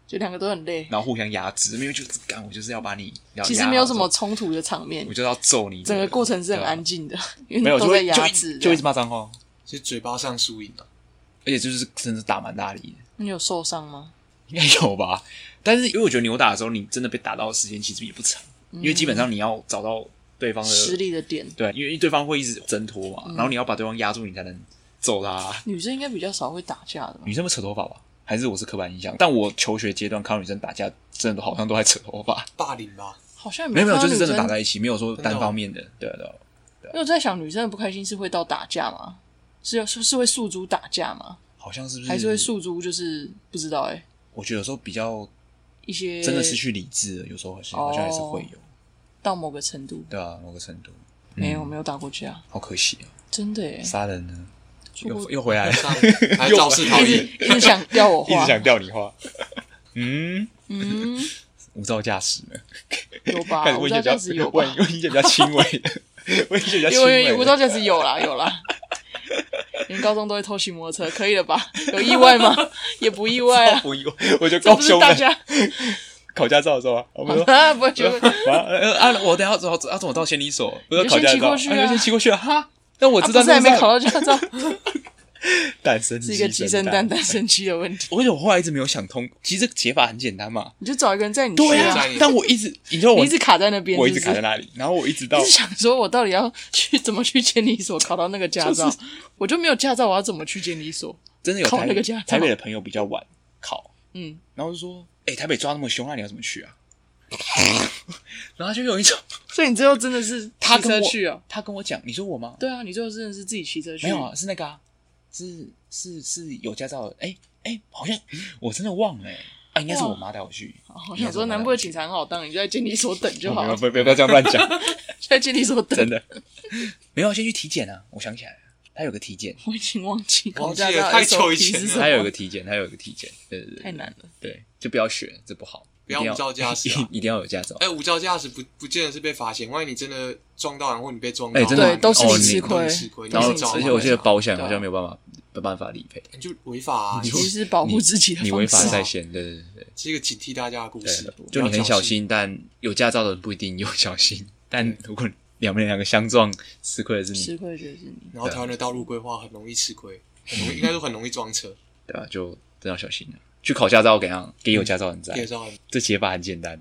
就两个都很累，
然后互相压制，没有就是干，我就是要把你要
其实
压
没有
好
什
之
么
后，
冲突的场面
我，就是要揍你。
整个过程是很安
静，
静的， 因
啊没
为
有就
都
会
在
就
压
一
制这
就一
样。
直骂脏话，
是嘴巴上输赢啊。
而且就是真的是打蛮大力的，
你有受伤吗？
应该有吧？但是因为我觉得扭打的时候，你真的被打到的时间其实也不长，因为基本上你要找到对方
失
的
嗯力的嗯点，
对，因为对方会一直挣脱嘛，然后你要把对方压住，你才能揍他。
女生应该比较少会打架的吧？
女生会扯头发吧？还是我是刻板印象？但我求学阶段看到女生打架，真的好像都在扯头发，
霸凌 吧，
好像也
没有没有，
嗯看到
就是真的
女
打
生
在一起，没有说
真的哦
单方面的，对啊对啊。
因为我在想，女生的不开心是会到打架吗？是要是是会诉诸打架吗？
好像是不是？
还是会诉诸就是不知道哎、
我觉得有时候比较
一些
真的失去理智了，有时候还是好像还是会有，
到某个
嗯
程度，
对啊，某个程度
没有没有打过架，
好可惜啊，
真的哎、
杀人呢，
出
又
国
又回来了，
还肇事逃
一
逸
啊
直，一直想要 我
一直
花，
想钓你花。嗯，
嗯，
无照驾驶呢？
有吧
开始？
啊无
问一
照
些
驾
比
驶
较
有吧
问？问一 些比较轻微的， 问一些比 较轻
有有
微
有，
的。
无照驾驶有啦有啦。 你们高中都会偷骑摩托车，可以了吧？ 有意外吗？也不意外啊，
不 意外，我就
这
高
不是
雄
大
的
家。
考驾照的时候啊，我们说
啊，不会觉
我
得
说啊呃啊！我等一下怎么要怎么到监理所？不是
你就
考驾
先骑
照，
过
啊
去
你
啊
就先骑过去啊！哈，但 我
啊
知道
不是还没考
到
到 驾照，
诞生
是一个鸡生蛋，蛋生鸡的问题。
而且我后来一直没有想通，其实这个解法很简单嘛。
你就找一个人载你
对
去
啊
在，你
但我一直，你知道我
你一直卡在那边，
我一
是
直
不
卡在
是？
那里，然后我一直到
一直想说，我到底要去怎么去监理所考到那个驾照？我就没有驾照，我要怎么去监理所？
真的有
考
台
那
北
个驾照
台北的朋友比较晚考，
嗯，
然后就说：“哎、台北抓那么凶，那你要怎么去啊？” 然后就有一 种
所以你最后真的是
他
骑
跟
车
我
去啊？
他跟我讲，你说我吗？
对啊，你最后真的是自己骑车去？
没有啊，是那个啊，是是是有驾照的。哎、哎、好像我真的忘了、哎啊，应该是我妈带我去。哦
我哦想说，南部的警察很好当，你就在监理所等就好
没
了
有，，不不要不要这样乱讲，
就在监理所等
真。的没有先去体检啊。我想起来了，他有个体检，
我已经忘记
忘
考
记
驾
了
照
太久以
SOP
前
是
了
什
他有
么
个，体检，他有个体检，对对对，
太难了。
对，就不要学，这不好，
不要
一定
无照驾驶啊
一定要有驾照。
哎，无照驾驶不不见得是被罚钱，万一你真的撞到人，或你被撞到，
哎真的
对都是你
哦
吃亏
都是吃亏。
然后
你找
而且我记得保险
对啊
好像没有办法没办法理赔，
你就违法啊，
你
其
就
实是保护自己的
你违
方
法
式。
在先，对对对
是一个警惕大家的故事
对，。就你
不要
很
侥
小，心，但有驾照的人不一定有小心， 但如果两边两个相撞，吃亏的是
吃
你，
亏就是你，
然后台湾的道路规划很容易吃亏，很
嗯
容易应该说很容易撞车。
对吧？就真的要小心了。去考驾照，怎样？给有驾照的人在
介，绍
这解法很简单。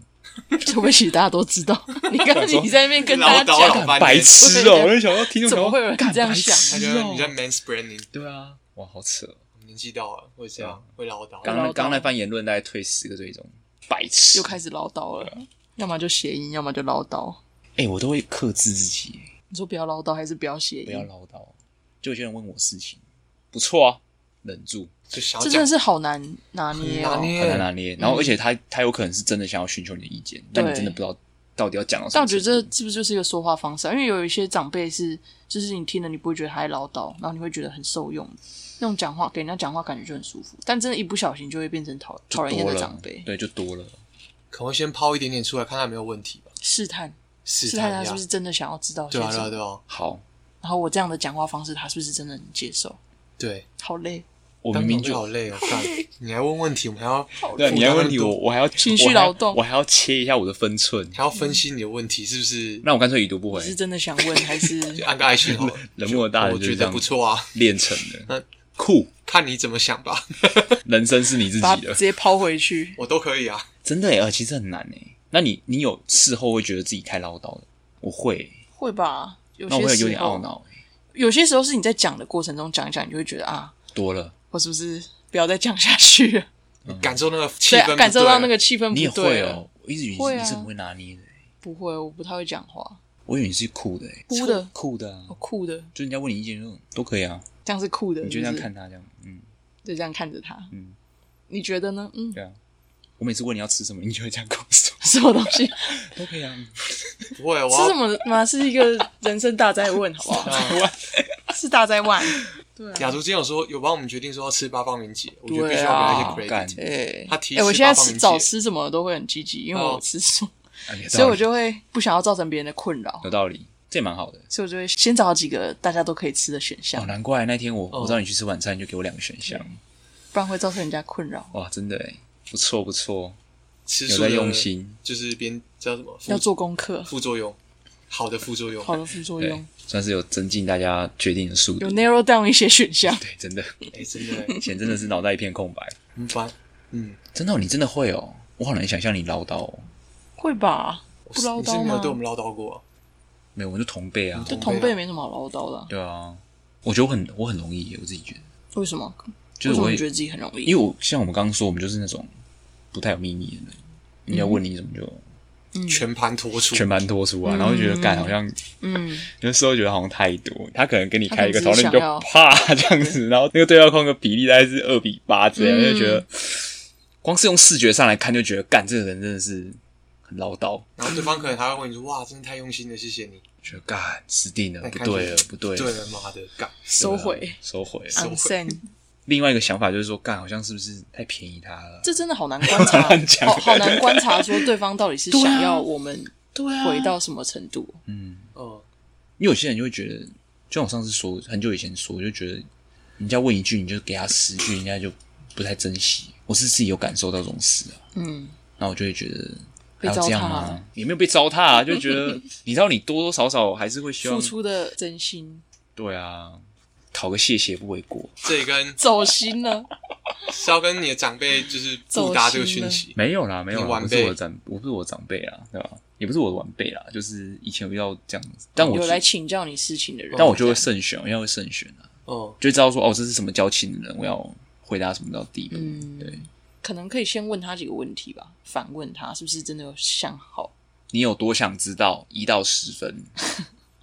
这会其实大家都知道。你刚刚你在那边跟大家
唠叨老，
讲
半天
白痴
对
哦！
对
我就想说，听众
怎么
想说
会有人
干
这样
白
想
痴
他觉得
哦
你在 mansplaining，
对啊，哇，好扯哦！
我们年纪到了会这样，会唠叨。
刚
唠叨
刚刚那番言论大概退十个追踪，白痴
又。开始唠叨了，要么就谐音，要么就唠叨。
哎，我都会克制自己，
你说不要唠叨，还是不要谐
不要
音？
唠叨。就有些人问我事情，不错啊，忍住。
就想要
这真
讲啊
的是好难拿捏
拿
哦。
捏
很难拿捏。然后，而
嗯
且他他有可能是真的想要寻求你的意见，但你真的不知道到底要讲到什
但
么
我觉
程
得
度。
这是不是就是一个说话方式、啊？因为有一些长辈是，就是你听了你不会觉得他在唠叨，然后你会觉得很受用，那种讲话给人家讲话感觉就很舒服。但真的，一不小心就会变成讨讨人厌
多
的
了
长辈，
对，就多了。
可能会先抛一点点出来，看他有没有问题吧，
试探
试
试探
一
他
下
是不是真的想要知道些
对啊，
什
对啊，
么。
对啊，
好，
然后我这样的讲话方式，他是不是真的能接受？
对。
好累，
我
当
明明
长辈好
就
累哦，干， 你还问问题，我们还要
对啊你要问题，
负担那么
我
多
我还要
情绪
我还要
劳动
我还要切一下我的分寸。
还要分析你的问题是不是？
那我干脆已读不回
你，是真的想问 还是？
就按个爱心好了，
冷漠的大人
我
就是
觉
这
得
样
不错啊，
练成的
那。
酷，
看你怎么想吧，
人生是你自
把
己
他
的
直，接抛回去，
我都可以啊。
真的耶呃，其实很难哎。那你你有事后会觉得自己太唠叨了？我会耶，
会吧？有
那我
些
会
时
有
候
点懊恼耶，
有些时候是你在讲的过程中讲一讲，你就会觉得啊，
多了。
我是不是不要再讲下去 了？
嗯
感受那个气
对
氛不
啊，
对，
感受到那个气氛
你也
不
会
对了
哦，我一直以为
会
你
啊
是很会拿捏的耶，
不会，我不太会讲话，
我以为你是酷的耶，
哭的，
酷的啊
好，酷的，
就人家问你意见就都可以啊，
这样是酷的，
你就这样
是不是
看，他这样，嗯，
就这样看着他，
嗯，
你觉得呢？嗯，
对啊。我每次问你要吃什么，你就会这样跟我说，
什么东 西？
都可以 啊。
不会，我
是什
要
么嘛？是一个人生大灾问，好不 好？是大灾问，对啊，
雅竹今天有说有帮我们决定说要吃八方云集，我觉得必
对啊
须要给他
干
一些 credit。
哎
他提
哎，我
示
现在
八方
吃
云
早
集
吃什么都会很积极，因为我
哦
吃素，
啊有道理嗯
所以我就会不想要造成别人的困扰，
有道理，这也蛮好的。
所以我就会先找几个大家都可以吃的选
哦，
项，
难怪那天我
哦
我找你去吃晚餐，你就给我两个选项，
不然会造成人家困扰。
哇，真的哎，不错不错，
吃
有
素
在
的
用，心，
就是边叫什么
要
副
做功课，
副作用，好的副作用。
好的副作
对
用，，
算是有增进大家决定的速
有
度。
narrow down 一些 选项，
对，真的，
哎，真的
以前真的是脑袋一片空白。
很烦。嗯，
真的哦，你真的会哦，我好难想象你唠叨哦。
会吧？
我
不
是
唠
你是
叨
没有对我
吗？
们唠叨过啊，
没有，我就同辈啊。
这
同
同
辈
辈
啊
没什么好唠叨的啊，
对啊，我觉得我很我很容易耶，我自己觉得，
为什么？
就
为
是
什
我
么
会
你觉得自己很容易？
因为我像我们刚刚说，我们就是那种不太有秘密的人，人家问你什么就
全盘托出，
全盘托出啊，然后就觉得干好像
嗯，
有时候觉得好像太多，他可能跟你开一个
他
讨
可
论你
能只是
就
嗯想要
啪这样 子，然后那个对话框的比例大概是二比八之类的，
嗯
就觉得光是用视觉上来看就觉得干这个人真的是很唠叨，
然后对方可能还会问你说：“哇，真的太用心了，谢谢你。
觉得干死定了，
那
哎
不
看
对
起
了，不”对
对
了，
了，妈的，干！
收回
啊
啊
收回了。
收 回
unsend，
另外一个想法就是说，干好像是不是太便宜他了？
这真的好难观 察
乱，讲
好好难观察说对方到底 是
对啊
想要我们
对啊
回到什么程度。
嗯，
哦，
因为有些人就会觉得，就像我上次说，很久以前说，就觉得人家问一句，你就给他十句，人家就不太珍惜。我是自己有感受到这种事啊，
嗯，
那我就会觉得。还
被
要这样
糟蹋
吗？也没有被糟蹋、啊，就觉 得你知道，你多多少少还是会希望
付出的真心
对啊，讨个谢谢不为过。
这也跟
走心 了，
是要跟你的长辈就是不搭这个讯息。
没有啦，没有
你
啦，
晚
不
辈
是我的长，我不是我的长辈啊，对吧？也不是我的晚辈啦，就是以前有遇到这样子，但我
有来请教你事情的人，
但我就会慎选，我应该会慎选啊，
哦，
就会知道说哦，这是什么交情的人，我要回答什么到地步。
嗯
对
可能可以先问他几个问题吧，反问他是不是真的有想好。
你有多想知道？一到十分。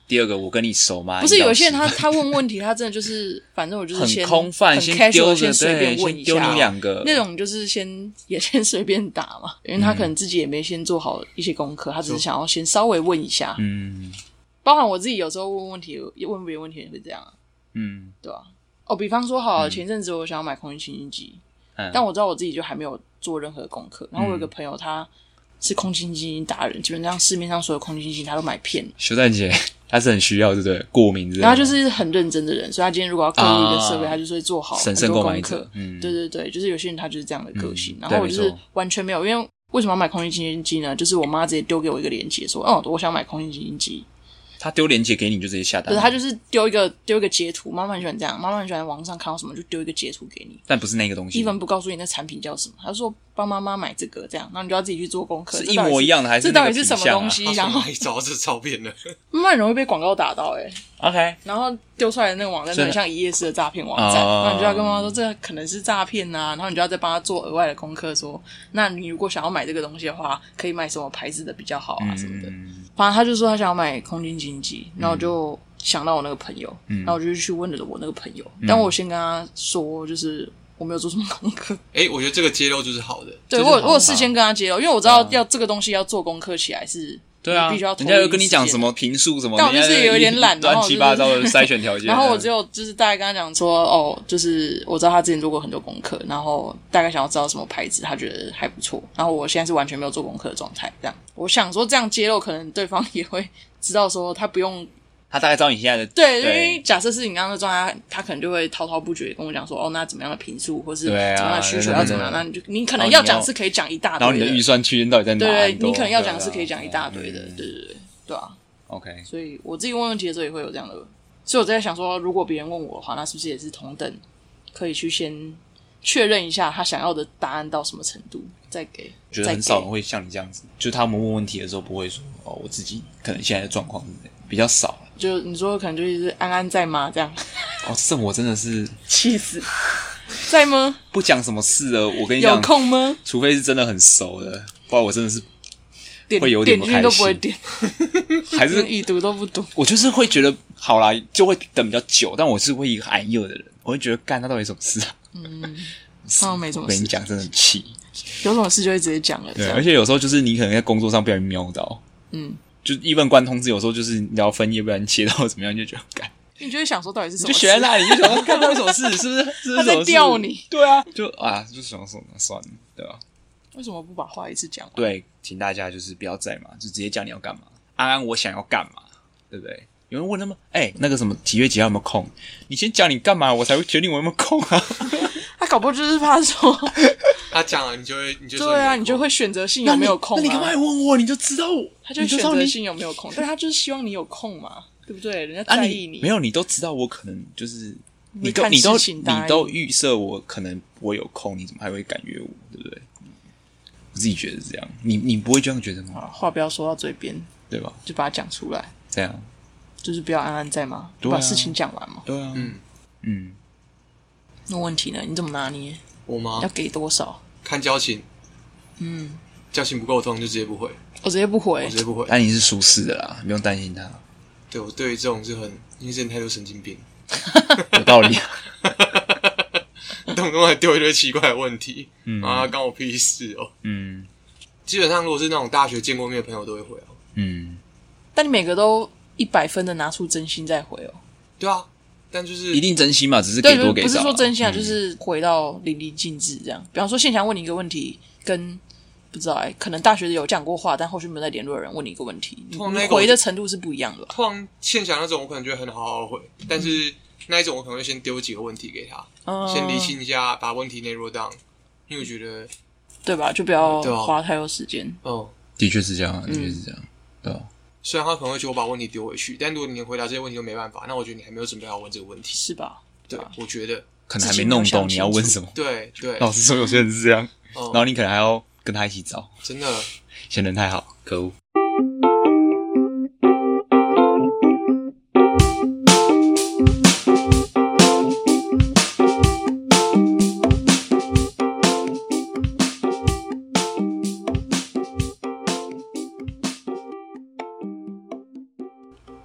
第二个，我跟你熟吗？
不是
一到
有些人
10
他他问问题，他真的就是反正我就是
很
先
空泛，
很
先
casual，
丢
先
着，
随
对，
便
先
问一
丢
下
你两个
那种就是先也先随便打嘛，因为他可
嗯
能自己也没先做好一些功课，他只是想要先稍微问一下。
嗯
包含我自己有时候问问题，也问别人问题也会这样啊，
嗯
对吧、哦，比方说好了，前阵子我想要买空气清新机，
嗯，
但我知道我自己就还没有做任何功课。然后我有个朋友，他是空气清新达人，基本上市面上所有空气清新他都买遍了。
修蛋姐她是很需要，对不对？过敏之类的，
然后他就是很认真的人，所以他今天如果要购入一个设备，
啊
他就是会做好
审
很
慎
多
购买
功
者
课。
嗯
对对对，就是有些人他就是这样的个性
嗯，
然后我
对
就
没
是
错
完全没有，因为为什么要买空气清新机呢？就是我妈直接丢给我一个链接，说，哦，我想买空气清新机，
她丢链接给你，你就直接下单
可
了。
是她就是丢一个丢一个截图，妈妈很喜欢这样，妈妈很喜欢网上看到什么就丢一个截图给你，
但不是那个东西，
一文不告诉你那产品叫什么，他说帮妈妈买这个这样，然后你就要自己去做功课，
是
这
一
到底
模一样的还是
这到底
那个
是什么
品相啊
东西？
他
然
从
后
哪里找到这照片的？
妈妈很容易被广告打到哎、欸
OK，
然后丢出来的那个网站
真的
都很像一页式的诈骗网站，
哦
然后你就要跟妈妈说这可能是诈骗啊呐、然后你就要再帮他做额外的功课说，那你如果想要买这个东西的话，可以买什么牌子的比较好啊什么的。
嗯
反正他就说他想要买空军经济，然后我就想到我那个朋友，
嗯
然后我就去问了我那个朋友，但我先跟他说就是我没有做什么功 课，
哎，我觉得这个揭露就是好的。
这
对
是
我有
好
我有
法
事先跟他揭露，因为我知道要这个东西要做功课起来是，
对啊，
你必须要投
人
入
家又跟你讲
时
什
间
么评述什么，
但我就是
人家
有一点懒然
乱
后我
七
就是
八糟的筛选条件。
然后我只
有
有就是大概跟他讲说，哦，就是我知道他之前做过很多功课，然后大概想要知道什么牌子，他觉得还不错。然后我现在是完全没有做功课的状态，这样我想说这样揭露，可能对方也会 知道说他不用
他大概知道你现在的
对，因为假设是你刚刚的状态，他可能就会滔滔不绝跟我讲说，哦，那怎么样的评述，或是怎么
对啊
样的需求
对对
要怎么样，
对
那你就啊哦你可
然后
能
你
要讲
要
是可以讲一大
然后你
堆
的预算区间到底在哪？
对对，
很多
你可能要讲
对啊
是可以讲一大堆的，
嗯
对对对，对啊。
OK，
所以我自己问问题的时候也会有这样的，所以我在想说，如果别人问我的话，那是不是也是同等，可以去先确认一下他想要的答案到什么程度，再给，
我觉得
再
很少
给
人会像你这样子，就是他们问问题的时候不会说哦，我自己可能现在的状况是怎样比较少了。
就你说可能就是安安在吗？这样
哦，这我真的是
气死，在吗？
不讲什么事了，我跟你
有
讲，
空吗？
除非是真的很熟的，不然我真的 是
点
会有点
点
不
进去
开
都不会
心
点，
还是
连已读都不读。
我就是会觉得好啦，就会等比较久，但我是会一个矮热的人，我会觉得干他到底有什么事啊？
他哦没什么
我跟你
事，
讲，真的很气。
有什么事就会直接讲了。这
对，
样
而且有时候就是你可能在工作上被人瞄到，
嗯，
就一问关通知，有时候就是你要分页，不然切到怎么样就觉得干，
你就会想说到底是什
你
么
就
事？
学在那里，你就想说干到底什么事， 是不是？是不
他
是什
在
么事
吊你？
对啊，就啊，就想说那算了，对吧、
为什么不把话一次讲完？
对，请大家就是不要在嘛，就直接讲你要干嘛，安安我想要干嘛，对不对？有人问他们，哎、那个什么几月几号有没有空？ 你先讲你干嘛，我才会决定我有没有空啊。
他搞不好就是怕说，
他讲了，你就会，你就说
对
没有
啊，
空
你就会选择性有没有空
那你干嘛
啊
还？问我？你就知道我，
他就
你
选
知道
择
你
性有没有空，但他就是希望你有空嘛，对不对？人家
啊
在
你
意你，
没有，你都知道我可能就是你
会
都
看
你都
事情答应
你都预设我可能我有空，你怎么还会敢约我？对不对？我自己觉得是这样，你你不会这样觉得吗？
话不要说到嘴边，
对吧？
就把它讲出来，
这样，
就是不要安安在嘛，
对啊
把事情讲完嘛。
对啊，
嗯
嗯，
那问题呢？你怎么拿捏？
我
啊
吗
要？给多少？
看交情，
嗯，
交情不够通就直接不回，
我直接不回
我直，接不回。
安妮啊是舒适的啦，不用担心她，
对我对于这种是很，因为真的太多神经病，
有道 理。
动不动还丢一堆奇怪的问题，
嗯
啊，关我屁事哦。
嗯，
基本上如果是那种大学见过面的朋友都会回哦。
嗯，
但你每个都一百分的拿出真心再回哦，
对啊，但就是
一定真心嘛，只是
对，
给
就
多
是
给
不
少
是
啊。
说真心啊，
嗯
就是回到淋漓尽致这样。比方说，现场问你一个问题，跟不知道哎、可能大学有讲过话，但后续没有再联络的人问你一个问题，你
通常那
你
个我
回的程度是不一样的吧？
碰现场那种，我可能觉得很好好回，但是那一种我可能会先丢几个问题给他，
嗯，
先厘清一下，把问题内弱当，因为我觉得，
对吧？就不要
对啊
花太多时间。
哦，
的确是这样啊，
嗯
的确是这样，对啊
虽然他可能会觉得我把问题丢回去，但如果你连回答这些问题都没办法，那我觉得你还没有准备好问这个问题。
是吧？
对
啊，
我觉得，
可能还没弄懂你要问什么。
对对，
老实说，有些人是这样，然后
哦，
你可能还要跟他一起找，
真的，
嫌人太好，可恶。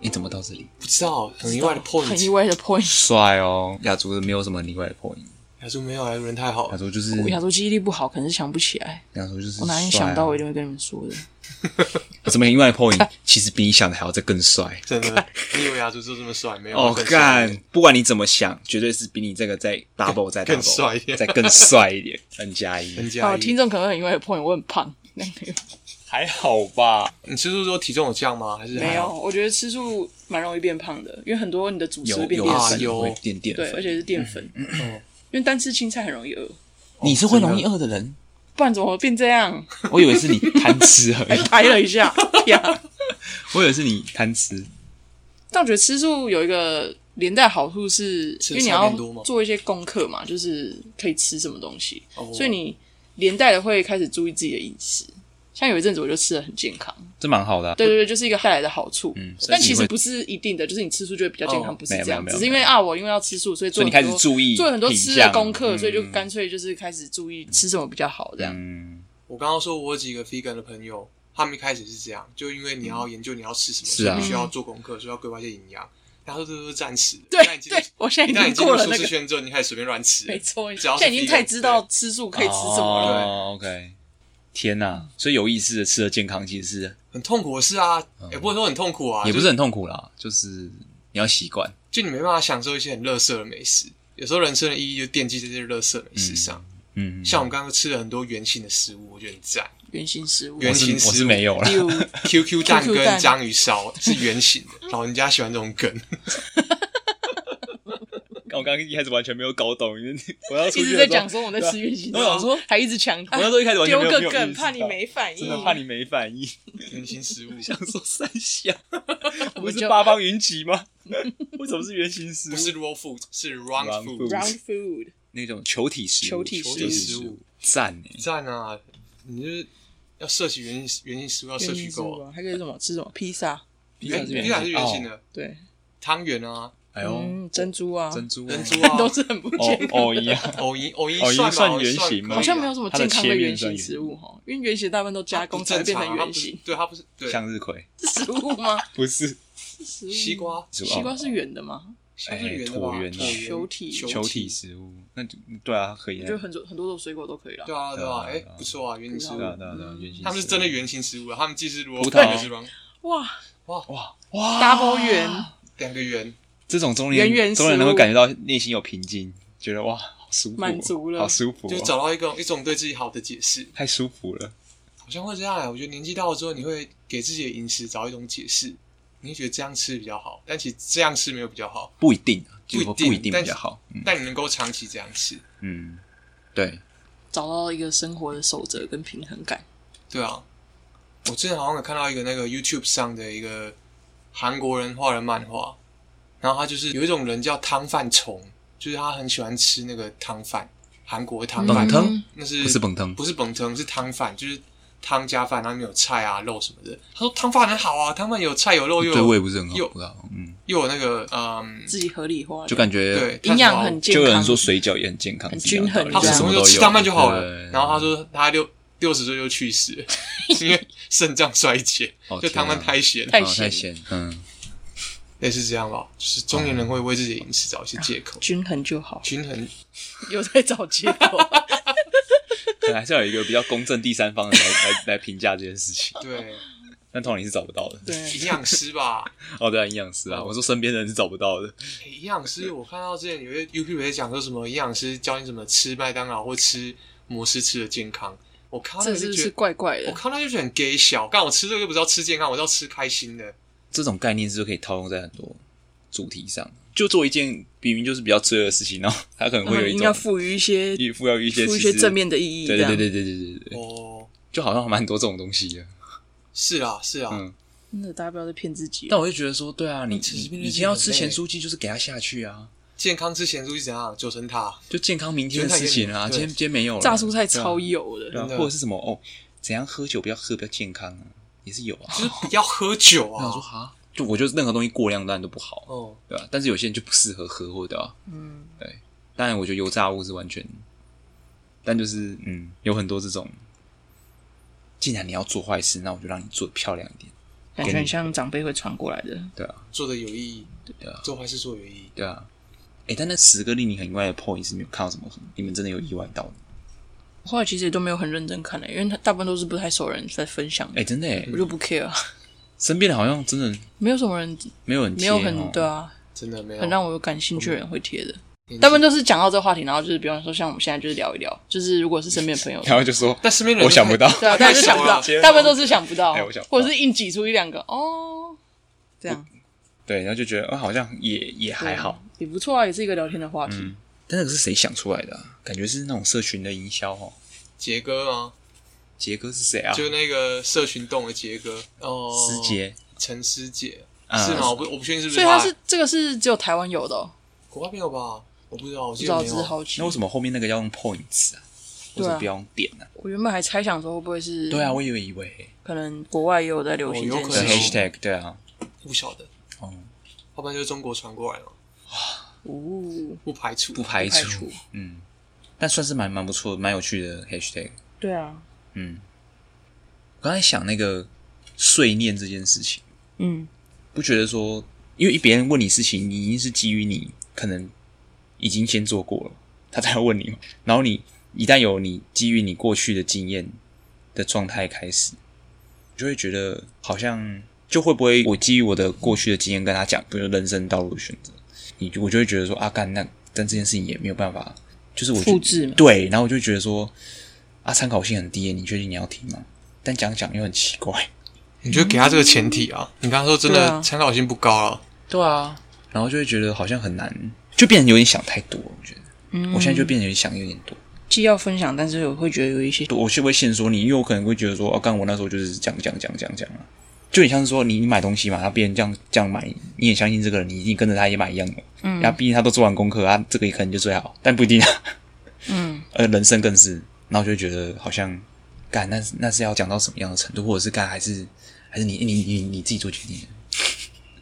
你怎么到这里？
不知道，很意外的
很意
point，
外的 point。
帅哦，亚竹没有什么例外的破音，
他说没有，还有人太好
亚
了，
竹就是
我想说记忆力不好，可能是想不起来。
亚竹就是帅啊、
我哪天想到，我一定会跟你们说的。
我这么意外的破音，其实比你想的还要再更帅。
真的，你以为牙猪就这么帅？没有，
哦，
更帅
干！不管你怎么想，绝对是比你这个再 double 再 double
更帅一点
再更帅一点，更加一。
人
哦
家，
听众可能很意外的 point，我很 胖。那个
还好吧？
你吃素之后体重有降吗？还是还
没有，
好
我觉得吃素蛮容易变胖的，因为很多你的主食
有
会变
有嗯
淀
啊
粉，
有
会点淀
对，而
粉。
且是淀粉。因为单吃青菜很容易饿，
你是会容易饿的人，
不然怎么变这样？
我以为是你贪吃而
还
已，
拍了一下呀。
我以为是你贪吃。
但我觉得吃素有一个连带好处是，
吃
因为你
菜
要
变多吗
做一些功课嘛，就是可以吃什么东西，
哦
所以你连带的会开始注意自己的饮食。像有一阵子我就吃的很健康，
这蛮好的啊、
对对对，就是一个带来的好处。
嗯所
但
以
其
你会
实不是一定的，就是你吃素就会比较健康，
哦
不是这
没有
样，
没有
只是因
没
为
有
啊，我因为要吃素，所以
所
做
以你
很
开始
多
注意
做很多
品
吃的
相
功课，所以就
嗯
干脆就是开始注意吃什么比较好这样。
嗯，
我刚刚说我有几个 vegan 的朋友，他们一开始是这样，就因为你要研究你要吃什
嗯
么，
是
所
啊
以必须要做功课，所以要规划一些营养。然后这都是暂时的，
嗯对
但你进入
对，我现
一
在
旦
已
你
经
进入
过了
舒
那
适
个，
圈之后，你就开始随便乱吃。
没错，
只要
现
是
在已经
vegan，
太知道
对
吃素可以吃什么了。
哦？OK，天哪、所以有意识的吃的健康，其实是
很痛苦的事啊，也不会说很痛苦啊，
嗯也不
就是
很痛苦啦，就是你要习惯。
就你没办法享受一些很垃圾的美食。有时候人生的意义就奠基在这些垃圾美食上。
嗯，
像我们刚刚吃了很多原形的食物，我觉得很赞。
原型食物，
我
原
是
型
我
食
是
物
没有啦。
例如
QQ 蛋
QQ 蛋
跟章鱼烧是圆形的，老人家喜欢这种梗。
我刚刚一开始完全没有搞懂，因为我要出
一
去
直
的
在
时候啊
讲说我们在吃原型食物，
我想说
还一直强调，
我那时候一开始完全
丢
没有
个
没有意
梗，
识到
怕你没反应，
真的怕你没反应，
圆形食物，
想 说三小，
我
不
们
是
就
八方云集吗？ 为什么是圆形食
不
物？
是 raw food，是 wrong
Wrong
food
food。
round food
那种球体食物，
球体
食物
赞哎！
赞啊！你就是要摄取原型原型食物，
哦
要摄
原
取
型食物
够啊。
啊，还可以是什么吃什么披萨，
披萨是
披萨是圆形
哦，
的，
对，
汤圆啊，
哎
嗯，珍珠啊，
珍珠
珍 珠啊，
都是很不健康。
哦哦一哦样，
藕银藕银
藕银
算啊
算
吗
圆形吗
好像没有什么健康
它的切面
原型食物哈，因为原型大部分都加工才
正
会
常啊，它
变成原
不是
型，
对，它不是对
向日葵
是食物吗？
不是
是食物吗
西瓜，
西
西瓜是圆的吗？
西瓜是圆的
哎
吧
椭圆？啊
嗯球体
球体食物，那就对啊，可以啊，
就很多很多种水果都可以啦
对。啊对啊，哎
对啊，
不错啊，原型食
对啊
物，
对啊对啊，
嗯
圆形，
他们是真的，圆形食物啊，他们既是 raw
葡
food，
萄
也是 wrong，
哇
哇哇
，double 圆，
两个圆，
这种中年
圆圆食
中
物
年人会感觉到内心有平静，觉得哇，好舒服哦，
满足了
好舒服哦，
就找到一个一种对自己好的解释，
太舒服了。
好像会这样哎。我觉得年纪到了之后，你会给自己的饮食找一种解释，你会觉得这样吃比较好，但其实这样吃没有比较好，
不一定啊，
不一
就
定
是说不一定比较好。嗯
但你能够长期这样吃，
嗯，对，
找到一个生活的守则跟平衡感。
对啊，我之前好像有看到一个那个 YouTube 上的一个韩国人画的漫画，然后他就是有一种人叫汤饭虫，就是他很喜欢吃那个汤饭，韩国的汤饭，
本汤
那是
不是嗯本汤
不是本藤，是汤饭，就是汤加饭，然后里面有菜啊、肉什么的。他说汤饭很好啊，汤饭有菜有肉又
对
有
味不是很好，
有
不知道，嗯，
又有那个嗯，
自己合理化，
就感
对
觉，
他
营养
说
很健
就
康。
有人说水饺也很健康，
很
是一样的道理
均
他
衡
就
普
什
通
么都
就
有，
吃汤饭就好了。
对哦
然后他说他六六十岁就去 世了，因为肾脏衰竭
哦，
就
天
汤
啊
饭太咸了。
太
哦
咸
太咸，嗯，
类似这样吧，就是中年人会为自己的饮食找一些借口，
均衡就好，
均衡
有在找借口。
可能还是要有一个比较公正第三方的来 来来评价这件事情，
对，
但通常你是找不到的。
对，
营养师吧，
哦，对啊，营养师啊，我说身边的人是找不到的。
欸营养师，我看到之前有些 YouTube 在讲说什么营养师教你怎么吃麦当劳或吃摩斯吃的健康，我看到
这
那就是觉
是
得，
怪怪
我
的。
看到就觉得很 gay 小，但我吃这个又不是要吃健康，我是要吃开心的。
这种概念是不是可以套用在很多主题上，就做一件明明就是比较罪恶的事情，然后他可能
他
会有
们
一
嗯应该
种
赋予一些
一附要一些
赋予一
其
些
实
正面的意义，
对对
这样
对对对对对对，
哦，
就好像蛮多这种东西的。
是啊，是啊，
嗯
真的，大家不要再骗自己了。哦
但我就觉得说，对啊，你
其实
你
变
你
成
今天要吃
很累
咸酥鸡，就是给他下去啊，
健康吃咸酥鸡怎样？九层塔，
就健康明天的
就是
事
太
情
严
啊。
重
今天
对
今天没有了
炸蔬菜
对啊
超油的，
对啊，
真的
或者是什么哦，怎样喝酒不要喝比较健康啊，也是有啊。
就是不要喝酒
我想
啊
说。哈，就我觉得任何东西过量当然都不好，
哦，
对吧、啊但是有些人就不适合喝，或者、啊、
嗯，
当然我觉得油炸物是完全，但就是嗯，有很多这种，既然你要做坏事，那我就让你做的漂亮一点，
感觉很像长辈会传过来的。
做的有意义，
对啊，
做坏事做得有意义。
对啊。哎、但那十个令你很意外的 point 是没有看到什么，你们真的有意外到的？
我后来其实也都没有很认真看的，因为他大部分都是不太熟人在分享
哎、，真的哎、
我就不 care，啊
身边的好像真的
没有什么人，
没有人
没
贴
有
哦，
很对啊，
真的没有，
很让我有感兴趣的人会贴的。
哦
年纪
大部分都是讲到这个话题，然后就是比方说像我们现在就是聊一聊，就是如果是身边的朋友，
然后就说，
但身边人
我想不到
对啊，大家就想不到
接，受
大部分都是想不到
哎我想不，到
或者是硬挤出一两个哦，这样
对，然后就觉得，哦，好像也也还好，
也不错啊，也是一个聊天的话题。
嗯。但那个是谁想出来的、啊？感觉是那种社群的营销哦。
杰哥啊，
杰哥是谁啊？
就那个社群洞的杰哥哦，
师姐，
陈师姐
啊
是吗？我不我不确定是不是
所以他是这个是只有台湾有的哦，
国外没有吧？我不知道，我
不
记
知
得
道，
没
只
有。啊
是好奇
那。为什么后面那个要用 points 啊？为
对啊嗯
什么不要用点呢、啊？
我原本还猜想说会不会是
对啊，我以为以为
可能国外也有在流行
哦
这
有
件
可
对
能
事情。
hashtag 对啊，
不晓得，
哦，
要不然就是中国传过来嘛，
哦，
不排除。
不排除，
不排除
嗯，但算是蛮蛮不错的，蛮有趣的 hashtag。
对啊，
嗯，我刚才想那个碎念这件事情，
嗯，
不觉得说，因为别人问你事情，你一定是基于你可能已经先做过了，他才会问你嘛。然后你一旦有你基于你过去的经验的状态开始，你就会觉得好像就会不会我基于我的过去的经验跟他讲，比如人生道路的选择，你就我就会觉得说啊，干那但这件事情也没有办法，就是我觉
复制嘛
对，然后我就觉得说啊，参考性很低耶，你确定你要听吗？但讲讲又很奇怪，
你就给他这个前提啊，你刚刚说真
对啊
的参考性不高了，
对啊，然后就会觉得好像很难，就变得有点想太多。我觉得、
嗯
我现在就变得有点想有点多，
既要分享，但是我会觉得有一些
我是不会限缩你？因为我可能会觉得说，哦、刚我那时候就是讲讲讲讲讲啊，就你像是说你你买东西嘛，然后别人这样这样买，你也相信这个人，你一定跟着他也买一样的，
嗯
然后毕竟他都做完功课，他这个也可能就最好，但不一定啊。
嗯，
呃，人生更是，然后就会觉得好像干那是那是要讲到什么样的程度，或者是干还是还是你你你你自己做决定的。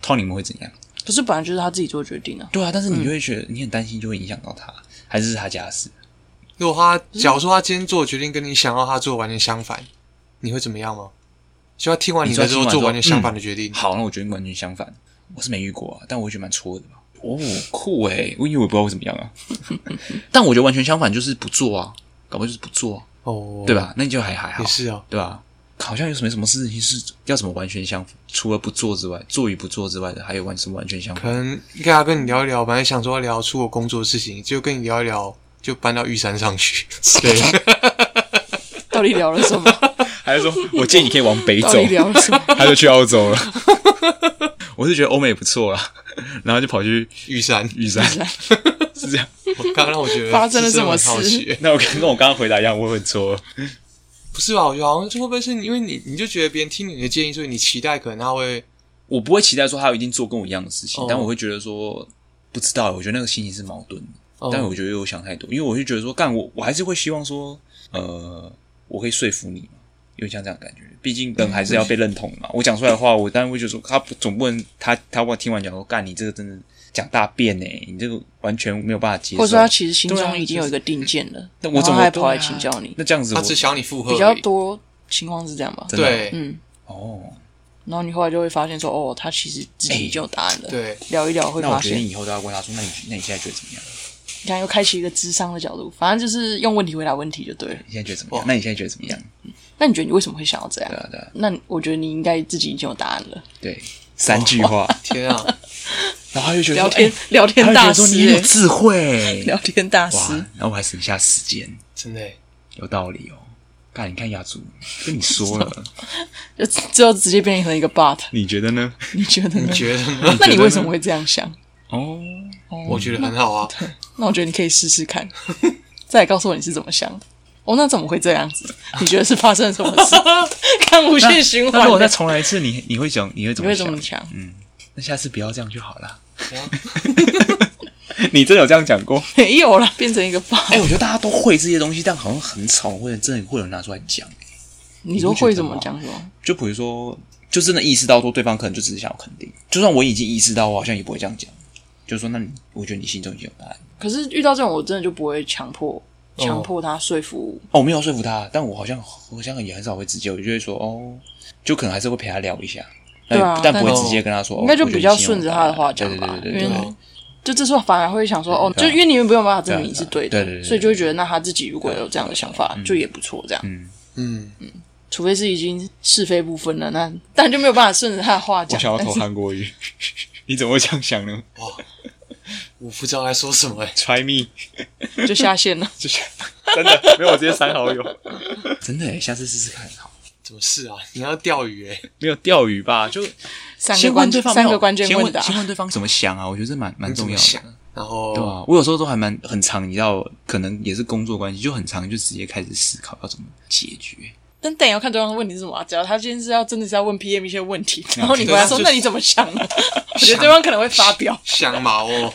Tony 你们会怎样？
可是本来就是他自己做决定啊。
对啊，但是你就会觉得你很担心，就会影响到他，还是是他家的事？
如果他假如说他今天做的决定跟你想要他做完全相反，你会怎么样吗？就他听完你的之后
你说听完
做
之后嗯
完全相反的决定，
好，那我觉得完全相反，我是没遇过啊，但我觉得蛮戳的吧。哦，酷诶、我以为我不知道会怎么样啊， 但我觉得完全相反就是不做啊，搞不好就是不做、啊，
哦，
对？吧？那你就还还好
也，是啊，
对吧？好像有什么什么事情是要怎么完全相反？除了不做之外，做与不做之外的，还有完什么完全相
可
反？
能跟他跟你聊一聊，本来想说要聊出我工作的事情，就跟你聊一聊，就搬到玉山 上去。对，
到底聊了什么？
还是说我 建议你可以往北
到底聊了 什么？
他就去澳洲 了。我是觉得欧美也不错啦，然后就跑去
玉 山，
玉山，是这样。
刚刚让我觉得
发生了什么
是真的很好
事
奇
那我跟跟我刚刚回答一样，我很错。
不是啊吧？我觉得好像是会不会是你因为你你就觉得别人听你的建议，所以你期待可能他会
我不会期待说他一定做跟我一样的事情，
哦
但我会觉得说不知道，我觉得那个心情是矛盾的。
哦
但我觉得又想太多，因为我就觉得说干我，我还是会希望说，呃，我可以说服你嘛，有点像这样的感觉。毕竟人还是要被认同嘛。我讲出来的话，我当然会觉得说，他不总不能他他我听完讲说，干你这个真的讲大便呢、你这个完全没有办法接受。
或者说他其实心
对啊
中已经有一个定见了，
那我
然
怎么
后他还
对
跑来
啊
请教你？
那这样子我
他只想你附和而已，
比较多情况是这样吧？
真的
对，
嗯，
哦，
然后你后来就会发现说，哦，他其实自己已经有答案了。
对，
聊一聊会
哎那我
发
决定
现，
以后都要问他说，那你那你现在觉得怎么样？
你看又开启一个智商的角度，反正就是用问题回答问题就对了。
你现在觉得怎么
哦
样
哇？
那你现在觉得怎么样？
那你觉得你为什么会想要这样
对？啊，对啊，
那你我觉得你应该自己已经有答案了。
对，三句话，
天啊，
然后他就觉得
哦
说
聊天、
哎
聊天
他就
大
觉得说
师
你很有
欸、
智慧，
聊天大
哇
师，，
然后我还省下时间，
真的耶，
有道理哦。看，你看雅竹跟你说 了，
就最后直接变成一个 bot，
你觉得呢？
你觉得呢
你？觉得呢？
那你为什么会这样想？
哦，
我觉得很好啊，
嗯
那我觉得你可以试 试看，再来告诉我你是怎么想的。哦，那怎么会这样子？你觉得是发生了什么 事？看无限循
那
环
如果再
的，
重来一次，你你会怎你会怎
你
么
会
想
怎么想？
嗯，那下次不要这样就好了。
怎样
你真的有这样讲过？
没有啦，变成一个 bot。
哎、我觉得大家都会这些东西，但好像很少会真的会有人拿出来讲、
你说会怎么讲什么？
就比如说，就真的意识到说对方可能就只是想要肯定，就算我已经意识到，我好像也不会这样讲。就说，那你我觉得你心中已经有答案。
可是遇到这种，我真的就不会强迫强迫他说服。
哦，我没有说服他，但我好像好像也很少会直接，我就会说哦，就可能还是会陪他聊一下，但、
对啊
但不会
但
直接跟他说。
应该就
哦我觉得
比较
你心中
顺着
有答
他的
案
话讲
对
吧
对对对
因
对
为
对
哦
就这时候反而会想说，哦，
对
就
啊
因为你们没有办法证明你是
对
对
啊对啊对对
的，
对
所以就会觉得那他自己如果有这样的想法，就也不错。这样，
嗯，
嗯，
除非是已经是非不分了，那但就没有办法顺着他的话讲。但是
韩国语， 你怎么会这样想呢
哇，我不知道该说什么哎，
？Try me。
就下线了。
就是真的没有，我直接删好友。 真的耶，欸下次试试看。好，
怎么是啊？你要钓鱼哎，
没有钓鱼吧？就
三个
先
关
问对方，
三
没
个
有
关键
先
问
问
答，
先问对方怎么想啊？我觉得这蛮蛮
你怎
重
么
要
想
的。？
然
对
后
啊，我有时候都还蛮很常，你知道，可能也是工作关系，就很常就直接开始思考要怎么解决。
但但也要看对方的问题是什么、啊。只要他今天是要真的是要问 PM 一些问题，然后你
对
回来
那
说
就
那你怎么想 呢？我觉得对方可能会发飙，
想毛哦，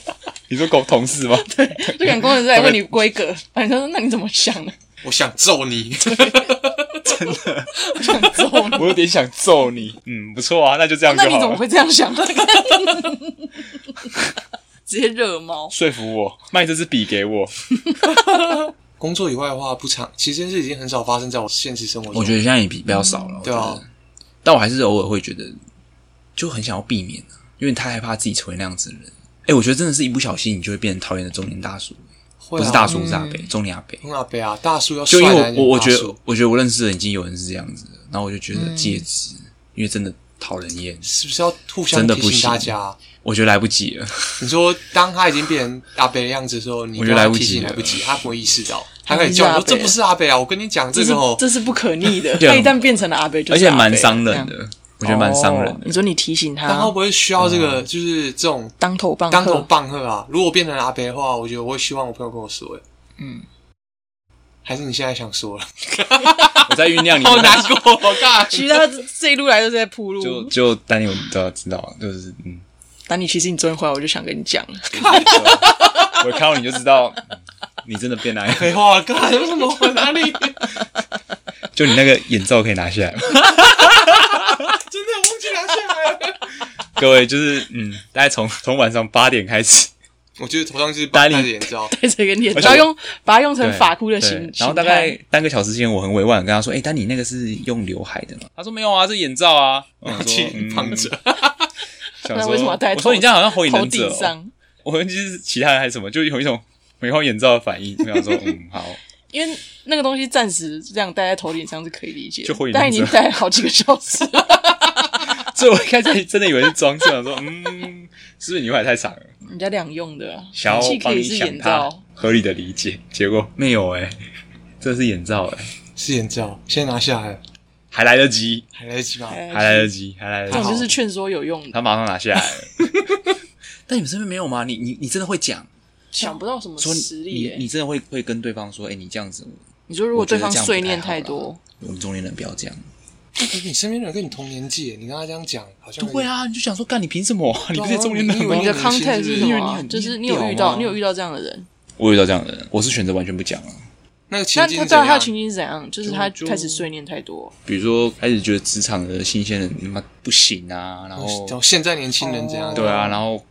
你说狗同 事吗？
就可能工人在问你规格，然后你说那你怎么想呢？
我想揍你，
我想揍你。
我有点想揍你。嗯，不错啊，那就这样
那你怎么会这 样想？直接惹毛。
说服我卖这支笔给我？
工作以外的话，不常，其实这件事已经很少发生在我现实生活中。
我觉得现在也比比较少
嗯
了。
对啊
我觉得，但我还是偶尔会觉得，就很想要避免、啊、因为太害怕自己成为那样子的人。哎、我觉得真的是一不小心，你就会变成讨厌的中年大叔，
会啊
不是大叔，是阿北，中年阿北。
嗯，阿北啊，大叔要
就因为
帅男
我我我
大
觉得
叔
我觉得我认识的已经有人是这样子的，然后我就觉得戒指，因为真的讨人厌，
是不是要互相
真的
提
不
醒
行
大家？
我觉得来不及了。
你说，当他已经变成阿北的样子的时候，你
我
跟
觉得
他
来不
提醒
及
来
了
不及，他不会意识到，他
嗯
开始叫你说
是阿北
这不是阿北啊！我跟你讲，
这
这
是
个哦，
这是不可逆 的，
对啊
他一旦变成了阿贝，就
而
是
且
阿伯
蛮伤人，
这样
的，我觉得蛮伤
哦
人的
你。说你提醒
啊
他
但会不会需要这
嗯
个就是这种
当头棒喝
当头棒喝啊？如果变成阿北的话，我觉得我会希望我朋友跟我说，哎，
嗯，
还是你现在想说了？
我在酝酿你，
好难过，我靠！
其实他这一路来都是在铺
就
路。
就丹尼我都要知道了，就是嗯，
但你其实你昨天回来，我就想跟你讲了，
我看到你就知道、嗯你真的变那样。
废话，干为什么我哪里？
就你那个眼罩可以拿下来吗？
真的忘记拿下来了。
各位，就是嗯，大概从从晚上八点开始，
我觉得头上就是戴
戴
着
你
眼 罩，
带着一个念头，
而
不
且
要
我
用把它用成
对
法哭的
对
形，
然后大概半个小时之前，我很委婉地跟他说：“哎、丹尼那个是用刘海的嘛？”他说：“没有啊，是眼罩啊。”我想说
去胖子，
想
那
说
为什么要戴
我
头
说你这样好像火影
头
忍者、
顶
哦，
上，
我们就是其他人还是什么，就有一种没换眼罩的反应。我想说，嗯，好，
因为那个东西暂时这样戴在头顶上是可以理解的，
就火影忍者
但已经戴了好几个小时了，
所以我一开始真的以为是装饰，我想说，嗯，是不是你刘海太长了，
人家两用的啊，
想要
气可
帮
以
你
是
想
眼
他
罩，
合理的理解？结果没有哎、这是眼罩哎、
是眼罩，现在拿下来了，
还来得及，
还来得及吗？
还来得及，还来得
这
及
种。就是劝说有用的，
他马上拿下来 了。但你们身边没有吗？你你你真的会讲，
想不到什么
说你
实力、
你
欸。
你真的会会跟对方说，哎、你这样子，
你说如果对方
我觉得这
碎
样不太
念
好
太
啦
多，
我们中年人不要这样。
哎你身边的人跟你同年纪，你跟他这样讲，好
嗯
像
对
啊，
啊，你就想说，干你凭什么？
啊
你不是中年人
你以为
吗
你？的
很年轻
context
是不
是
是
什
因
么
为你
啊？
很
就是你
屌
有遇到
啊
你有遇到这样的人，
我遇到这样的人，我是选择完全不讲啊。
那个情
那
景
他知
怎
道他
样
的？情境是怎样？就是他
就
开始碎念太多，
比如说，开始觉得职场的新鲜人他妈不行啊，然后
然后哦现在年轻人怎样？
对啊，然后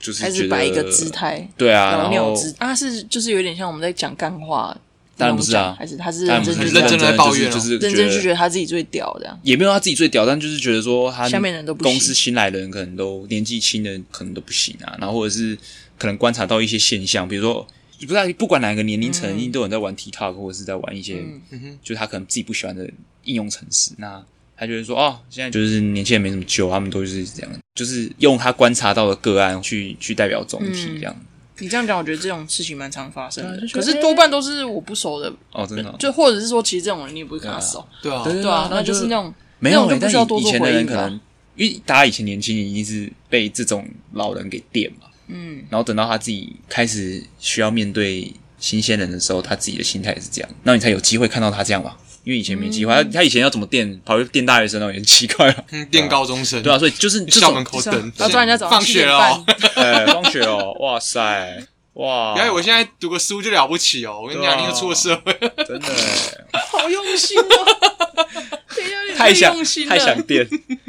就是
哦开始
觉
摆一个
得
姿，态，
对啊，
老
然
鸟
后
姿啊，是就是有点像我们在讲干话，
当然不是
那种
啊
讲还是他是
但
认
不
真
是
去
认真
讲
地在抱怨哦
就是就是
认真去
得
觉得他自己最屌这样。
也没有他自己最屌，但就是觉得说他
下面人都不行
公司新来的人可能都年纪轻的人可能都不行啊，然后或者是可能观察到一些现象，比如说不是啊不管哪个年龄层，一定都有人在玩 TikTok 或者是在玩一些，
嗯
嗯哼，
就是他可能自己不喜欢的应用程式。那他就会说，哦，现在就是年轻人没什么救，他们都是这样，就是用他观察到的个案去去代表总
嗯
体这样。
你这样讲，我觉得这种事情蛮常发生的
对就，觉
可
得
是多半都是我不熟的
哦，真
人
的哦，
就或者是说，其实这种人你也不会跟他熟，
对啊，
对
对啊，
那
那
就
就是那种
没有、
那
欸，
种就不
但
需要多
以
做
前的
回
人
应啊
可
吧
能，因为大家以前年轻，一定是被这种老人给电嘛。
嗯，
然后等到他自己开始需要面对新鲜人的时候，他自己的心态也是这样，那你才有机会看到他这样嘛。因为以前没机会，
嗯
他他以前要怎么电，跑去电大学生那种也很奇怪了。
嗯，电高中生，
对啊，所以就是这
校门
种
口
是啊
等，
然后抓人家早上
放
七
学
点
了哦
半，。
呃，放学哦，哇塞，哇，
原来我现在读个书就了不起哦！我跟你讲，
对啊
你又出了社会，
真的 欸
好用心哦，对有点
太想
用心
太想
了，
电，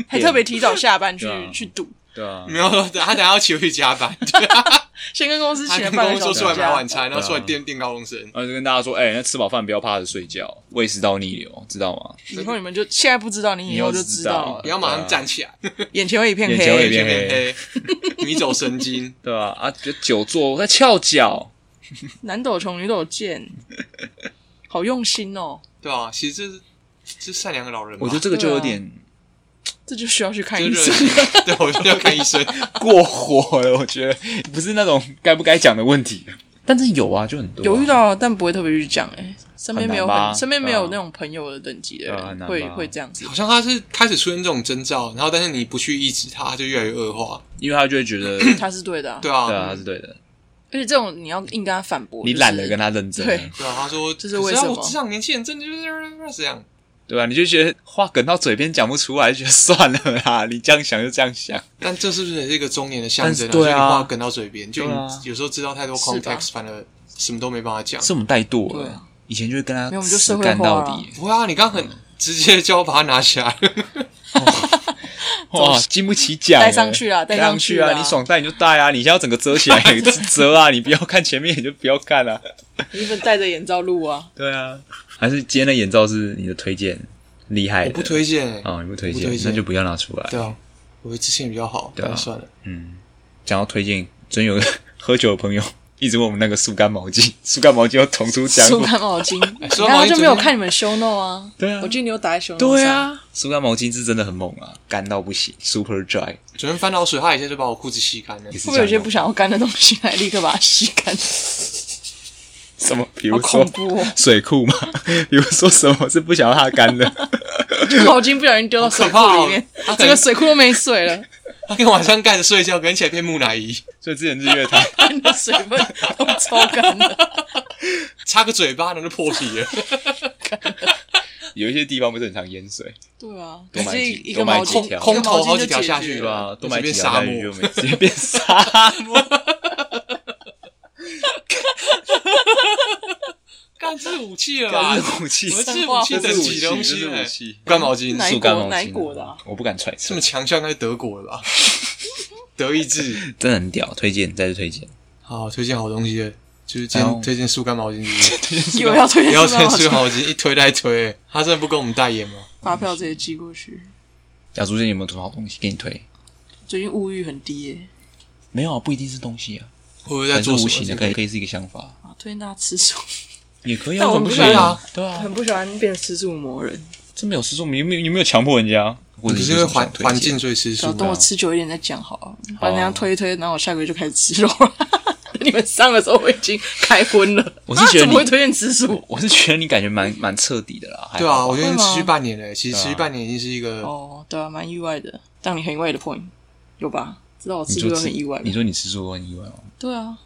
还特别提早下班去
对啊
去赌，
对 啊，
没有他等下要请我去 加班，
先跟公司
他
请了
跟
半
公
个
司
小
说
时
出来买
假
晚，餐，然后出来
对啊
电电高中生，
然后就跟大家说，哎、那吃饱饭不要怕着睡觉，胃食道逆流，知道吗？
啊以后你们就现在不知道，你以后就知道
你
了
你，要马上站起
啊
来，
眼前会一片
眼前会一
黑
片。
前面黑，迷走神经，
对吧、啊？就久坐，在翘脚，
男抖穷，女抖贱，好用心哦！
对啊，其实这是这是善良的老人吧，
我觉得这个就有点
这就需要去看
这
医
就是
生。
对，我就要看医生，
啊
过火了。我觉得不是那种该不该讲的问题，但是有啊，就很多啊、
有遇到，但不会特别去讲。哎，身边没有
很难吧
很，身边没
对
有
啊
那种朋友的等级的
对啊很
人
难
会
吧
会这样子
好。像他是开始出现这种征兆，然后但是你不去抑制他，他就越来越恶化，
因为他就会觉 得，
他是对的啊，
对
对啊，他
啊，
是对的，
而且这种你要硬跟他反驳，
你
就是
懒得跟他认真，
对
对啊，他说
这是为什么
可啊我这样年轻人真的就是这样，
对吧、你就觉得话梗到嘴边讲不出来，就觉得算了啦， 你这样想就这样想，
但这是不是也是一个中年的象征
但是对啊
就你话梗到嘴边，就你
对啊
有时候知道太多
是吧
context，反而什么都没办法讲。
是我们怠惰
对啊
了。以前就会跟他
没有我们就
死
社会
干
化
到
啊
底，
不会啊，你刚刚
嗯
很直接叫我把它拿 起来，
哇，经不起讲，
带上去啊
啊，
带
带
上去
去
啊
你爽带你就带啊，你现在要整个遮起来 遮啊，你不要看前面你就不要看啊。
你们戴着眼罩录啊，
对啊，还是今天的眼罩是你的推荐，厉害的
我不推荐欸。
哦，你不推
不
荐
推，荐
那就不要拿出来。
对啊，我之前比较好，
对啊
但算了，
嗯，讲到推荐，真有个 喝酒的朋友一直问我们那个速干毛巾，速干毛巾要重出江
速
湖。
干毛巾，
速
你
干毛巾
看他就没有
昨天
看你们 show no 啊。
对啊
我记得你有打在 show no
对
上，
啊，速干毛巾是真的很猛啊，干到不行，super dry，
昨天翻到水，他一下就把我裤子吸干了
也。是
会
这
不会有
样
些
用
不想要干的东西来立刻把它吸干？
什么，比
好
如说
恐怖哦！
水库嘛， 比如说什么是不想要它干的，
毛巾不小心丢到水库
好可怕哦
里面，
他
整个水库都没水了，
他跟晚上干着睡觉，跟起来变木乃伊，
所以之前日月潭。
把你的水分都抽干了。
擦个嘴巴，然后就破皮了。
有一些地方不是很常淹水，
对啊，
多买
直接
几
一
多
个
买
毛
几
巾，
条
一个
空
毛
投
巾
好
就
几条
解
下
决
去
对
了。
吧？多买
就是
几
变
条
沙
下去
漠
就 没，直接变沙漠。
干，这是武器了吧
干？是 武器，
啊我们
这
是
是
武器
这
等
是武
级
器，
的东
这
西
是武
欸，
器。
干毛巾
哪一
速干
国
毛
哪一
巾
国的啊
我不敢揣测
这么。强项，那是德国的吧？德意志，
真的很屌，推荐，再次推荐。
好，推荐好东西了，就是今
然
天
后
推荐速干毛巾是不是，
又要推
哦 不
荐
要推
速干毛
速干
巾，
毛巾，一推再推，他真的不跟我们代言吗？
发票直接寄过去。
假如最近有没有什么好东西给你推？
最近物欲很低耶、
没有啊，不一定是东西啊，
会不会在
在做
做
无
什么
形的，可以可以是一个想法，
啊！推荐大家吃素，
也可以啊，
但我
怎么可
不
以
喜欢
啊，对啊，
很不喜欢变吃素魔人。
这没有失踪，你没有你没有强迫人家，或者
你不
你
是
有什
因为
么想
环
推荐
环境所以吃素
然后等我
吗？
吃久一点再讲好了，不
好啊
然那样推一推，然后我下个月就开始吃肉 了。你们上的时候我已经开荤了，
我是觉得
啊、怎
你
么会推荐吃素？
我是觉得你感觉蛮蛮彻底的啦，还好
对啊，我已
会
经
吗
持续半年了，其实
对啊
持续半年已经是一个
哦，对啊，蛮意外的，让你很意外的 point 有吧？知道我吃
你
素
就
都
吃
很意外吧，
你说你吃素很意外吗？
对啊，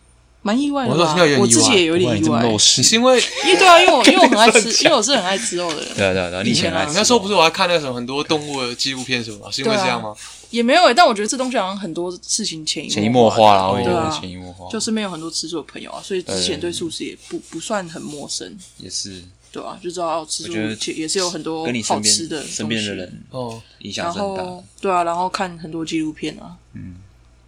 蛮意外的吧。
我说听到有点意外
我自己也有
哇
点
你
意
这么
外，
肉食
因
哦你是因为
为对啊，因为我因为我很爱
真的
吃，
假
因为我是很爱吃肉的人，
对啊对啊对啊，你以前爱
以前啊
吃
那时候
肉
不是我还看那种很多动物的纪录片什么吗？是因为这样吗？
也没有、欸。但我觉得这东西好像很多事情潜移
潜移默化啦，我也觉
对
得
啊
潜移默化，
就是没有很多吃素的朋友啊，所以之前对素食也不不算很陌生，
也是
对啊，就知道哦吃
我
素
觉得
其也是有很多
跟你
好
身边
吃的
身边的
东西，
人
哦，
影响
然
真大
后，对啊，然后看很多纪录片啊，嗯，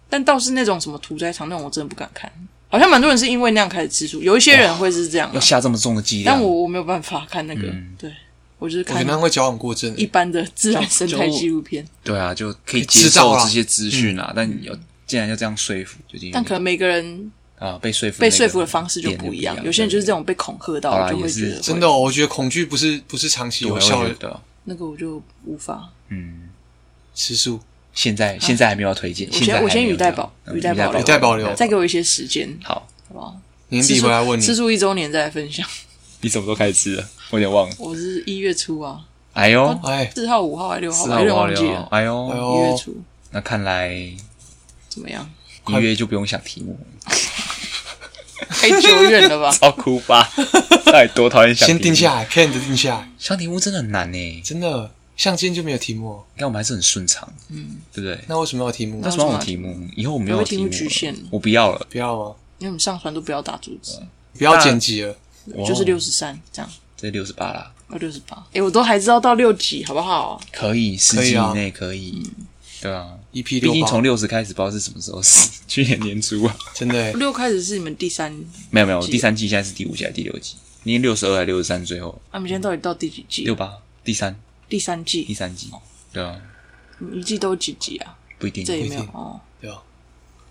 但倒是那种什么屠宰场那种，我真的不敢看。好像蛮多人是因为那样开始吃素，有一些人会是这样啊、
要下这么重的剂量，
但我我没有办法看那个，
嗯
对我就是
我觉得
看
那会矫枉过正。
一般的自然生态
就
纪录片，
对啊，就可以
可以
接
知道
受
啦
这些资讯啊，但你要竟然要这样说服，就有点
但可能每个人
啊被说服
被
那
说
个
服的方式就
点
不
一
一样。有些人就是这种被恐吓
好啦
到，就
也
会
是
觉得
真的、哦，我觉得恐惧不是不是长期
对
有
我
效
也觉
的
得
那个我就无法。
嗯，
吃素。
现在现在还没有要推荐，
啊我先我先语带保，
语
语带保
留，
留，
语带保留
再给我一些时间，
好，
好不好？
年
吃
底
出
回来问你
吃，出一周年再来分享。
你什么时候开始吃的？我有点忘了。
我是一月初啊，
哎呦，
哎，
四号、五号还是六号
四
吧，
号
有
五
点
号
忘记
六
了
号，。哎
哎
呦，
呦
一月初
那看来
怎么样？
一
快
月就不用想题目了，
太久远了吧
？超哭 吧，到底多讨厌想？
先定下，来 p a n 的定下来，
想题目真的很难呢。
真的，像今天就没有题目哦，
你看我们还是很顺畅，
嗯，
对不对？
那为什么要有题目啊
那？什么有题目？以后我没有
有
题
题
目
目
了
局限
我不要了，
不要吗？
因为我们上传都不要打竹子，
不要剪辑了，
哇
就是六十三这样，
这六十八啦，
哦六十八，哎，我都还知道到六级，好不好？
可以十
可
几
以啊
以内可以，对啊，
EP
毕竟
E 六
从
八，
六十开始，不知道是什么时候死， 去年年初啊，
真的欸
六开始是你们第三，
没有没有，
记得
第三季现在是第五季还是第六季？今天六十二还六十三？最后
啊，你们现在到底到第几季
六？八第三
第三
第
季，
三季，对啊，
你们一季都几集啊？
不一定。
这也
我
没
不
有
一定
哦，
对啊吧？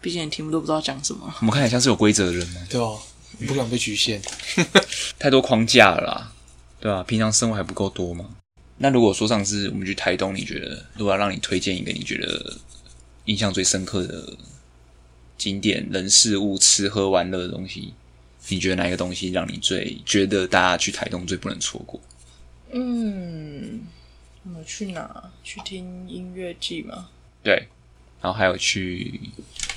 毕竟你题目都不知道讲什么。
们看起来像是有规则的人啊吗？
对哦，不想被局限，
太多框架了啦，对啊，平常生活还不够多吗？那如果说上次我们去台东，你觉得如果要让你推荐一个你觉得印象最深刻的景点、人、事物、吃喝玩乐的东西，你觉得哪一个东西让你最觉得大家去台东最不能错过？
嗯，我们去哪？去听音乐季吗？
对，然后还有去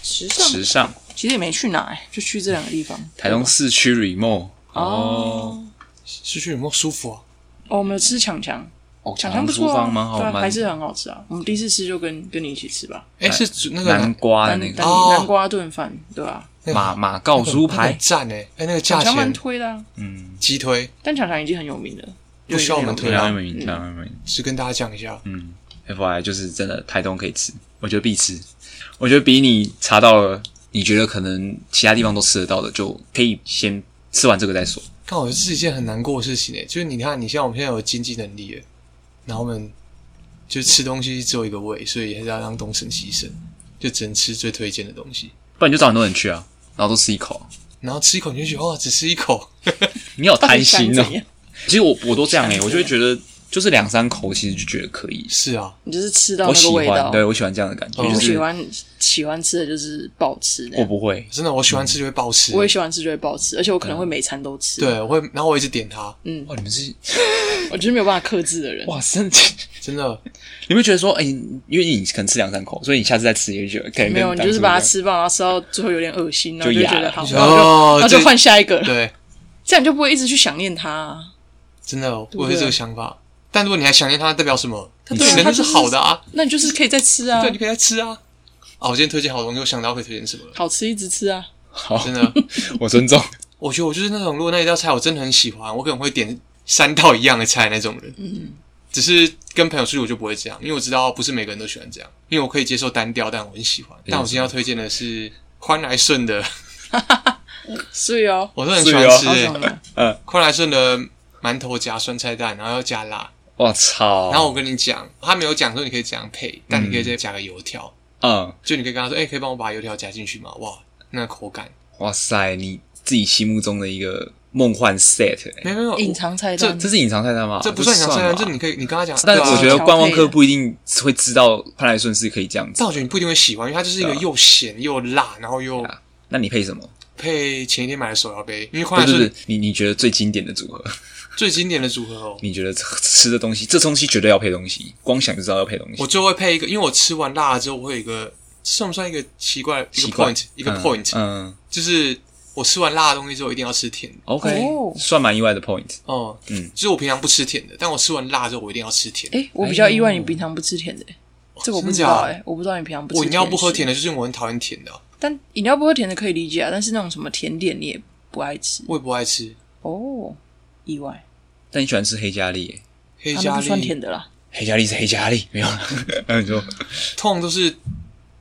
时
池上、
其实也没去哪、哎，就去这两个地方。
台东市区 remote
哦，
失去有没有舒服啊？
哦，我们有吃强强，
哦，
强
长
强不错、
厨
啊，
房蛮好，
对啊
蛮
还是很好吃啊。我们第一次吃就跟跟你一起吃吧，
啊
哎，是煮那
南
个
瓜的
南
啊那个
南
哦
南瓜炖饭，对吧、啊？
那个
马马告猪
那个
排
很，赞哎，哎，那个价
强强蛮
钱
推的、啊，
嗯，
鸡推，
但强强已经很有名了，
不需要我们推
对
啊
啊，对啊，对啊。
是跟大家讲一下，
嗯，F Y 就是真的台东可以吃，我觉得必吃。我觉得比你查到了，你觉得可能其他地方都吃得到的，就可以先吃完这个再说。
刚好是一件很难过的事情诶，欸就是你看，你像我们现在有经济能力了，然后我们就吃东西只有一个胃，所以还是要让东省西省，就只能吃最推荐的东西。
不然就找很多人去啊，然后都吃一口啊。
然后吃一口你就
嗯
觉得哦哇，只吃一口，
你好
到底
贪心哦
想怎！样
其实我我都这样欸诶、我就会觉得就是两三口，其实就觉得可以。
是啊，
你就是吃到
我
那
喜
个味
欢，
道，
对我喜欢这样的感觉，
哦
就
我喜
是
欢喜欢吃的就是暴吃那
我
样。
不会。
真的，我喜欢吃就会暴吃，
嗯我也喜欢吃就会暴吃，而且我可能会每餐都吃。，
对，我会，然后我一直点它，
嗯
哇，你们是
我就是没有办法克制的人。
哇，真的，
真的，
你们觉得说，哎、因为你可能吃两三口，所以你下次再吃也就觉得可能
没有，
跟
你
当
就是
初
把它
一样
吃饱，然后吃到最后有点恶心，然后
就
就
哑
觉得
了
好，
就
然后就
哦
然后就
这
换下一个了，
对，
这样就不会一直去想念它啊。
真的，
不对啊
我有这个想法。但如果你还想念它，代表什么？
它
你
对啊
人
它
就是
就是
好的啊，
那你就是可以再吃啊
对，，你可以再吃啊。啊，我今天推荐好东西，我想到会推荐什么了，
好吃一直吃啊。
好，
真的。
我尊重。
我觉得我就是那种，如果那一道菜我真的很喜欢，我可能会点三道一样的菜那种人。嗯，只是跟朋友出去我就不会这样，因为我知道不是每个人都喜欢这样，因为我可以接受单调，但我很喜欢。但我今天
嗯
要推荐的是宽来顺的，
所以哦，
我是很喜欢
是哦
吃
好爽啊！
宽来顺的馒头夹酸菜蛋，然后要加辣。
我操！
然后我跟你讲，他没有讲说你可以怎样配，但你可以再加个油条，
嗯，
就你可以跟他说，哎、可以帮我把油条夹进去吗？哇，那口感
哇塞，你自己心目中的一个梦幻 set，、欸、
没有没有，
隐藏菜
这
单，
这是隐藏菜单吗？啊
这不算想菜
吧
单，这你可以你跟他讲，
但
对啊
我觉得观光
调配
客
的
不一定会知道潘来顺是可以这样子
但。我觉得你不一定会喜欢，因为它就是一个
对啊
又咸又辣，然后又
啊那你配什么？
配前一天买的手摇杯，因为
不
宽
是
来
不是
顺，
你你觉得最经典的组合？
最经典的组合哦。
你觉得吃的东西，这东西绝对要配东西，光想就知道要配东西。
我最后会配一个，因为我吃完辣了之后，我会有一个算不算一个奇怪一个
奇怪
point 一个
嗯
point，、
嗯
就是我吃完辣的东西之后一定要吃甜的。
，OK，、
哦
算蛮意外的 point。
哦，
嗯
就是我平常不吃甜的，但我吃完辣之后我一定要吃甜的。
哎，我比较意外，你平常不吃甜的，哎这我不知道
哦真的假的
哎，我不知道你平常不吃。
我饮料不喝甜，的，就是因为我很讨厌甜的啊，
但饮料不喝甜的可以理解啊，但是那种什么甜点你也不爱吃
我也不爱吃
哦，意外，
但你喜欢吃黑加力、欸
黑
啊那
加
不算
力
甜，的啦。
黑加力是黑加力，没有 啦。然后你说
通常都是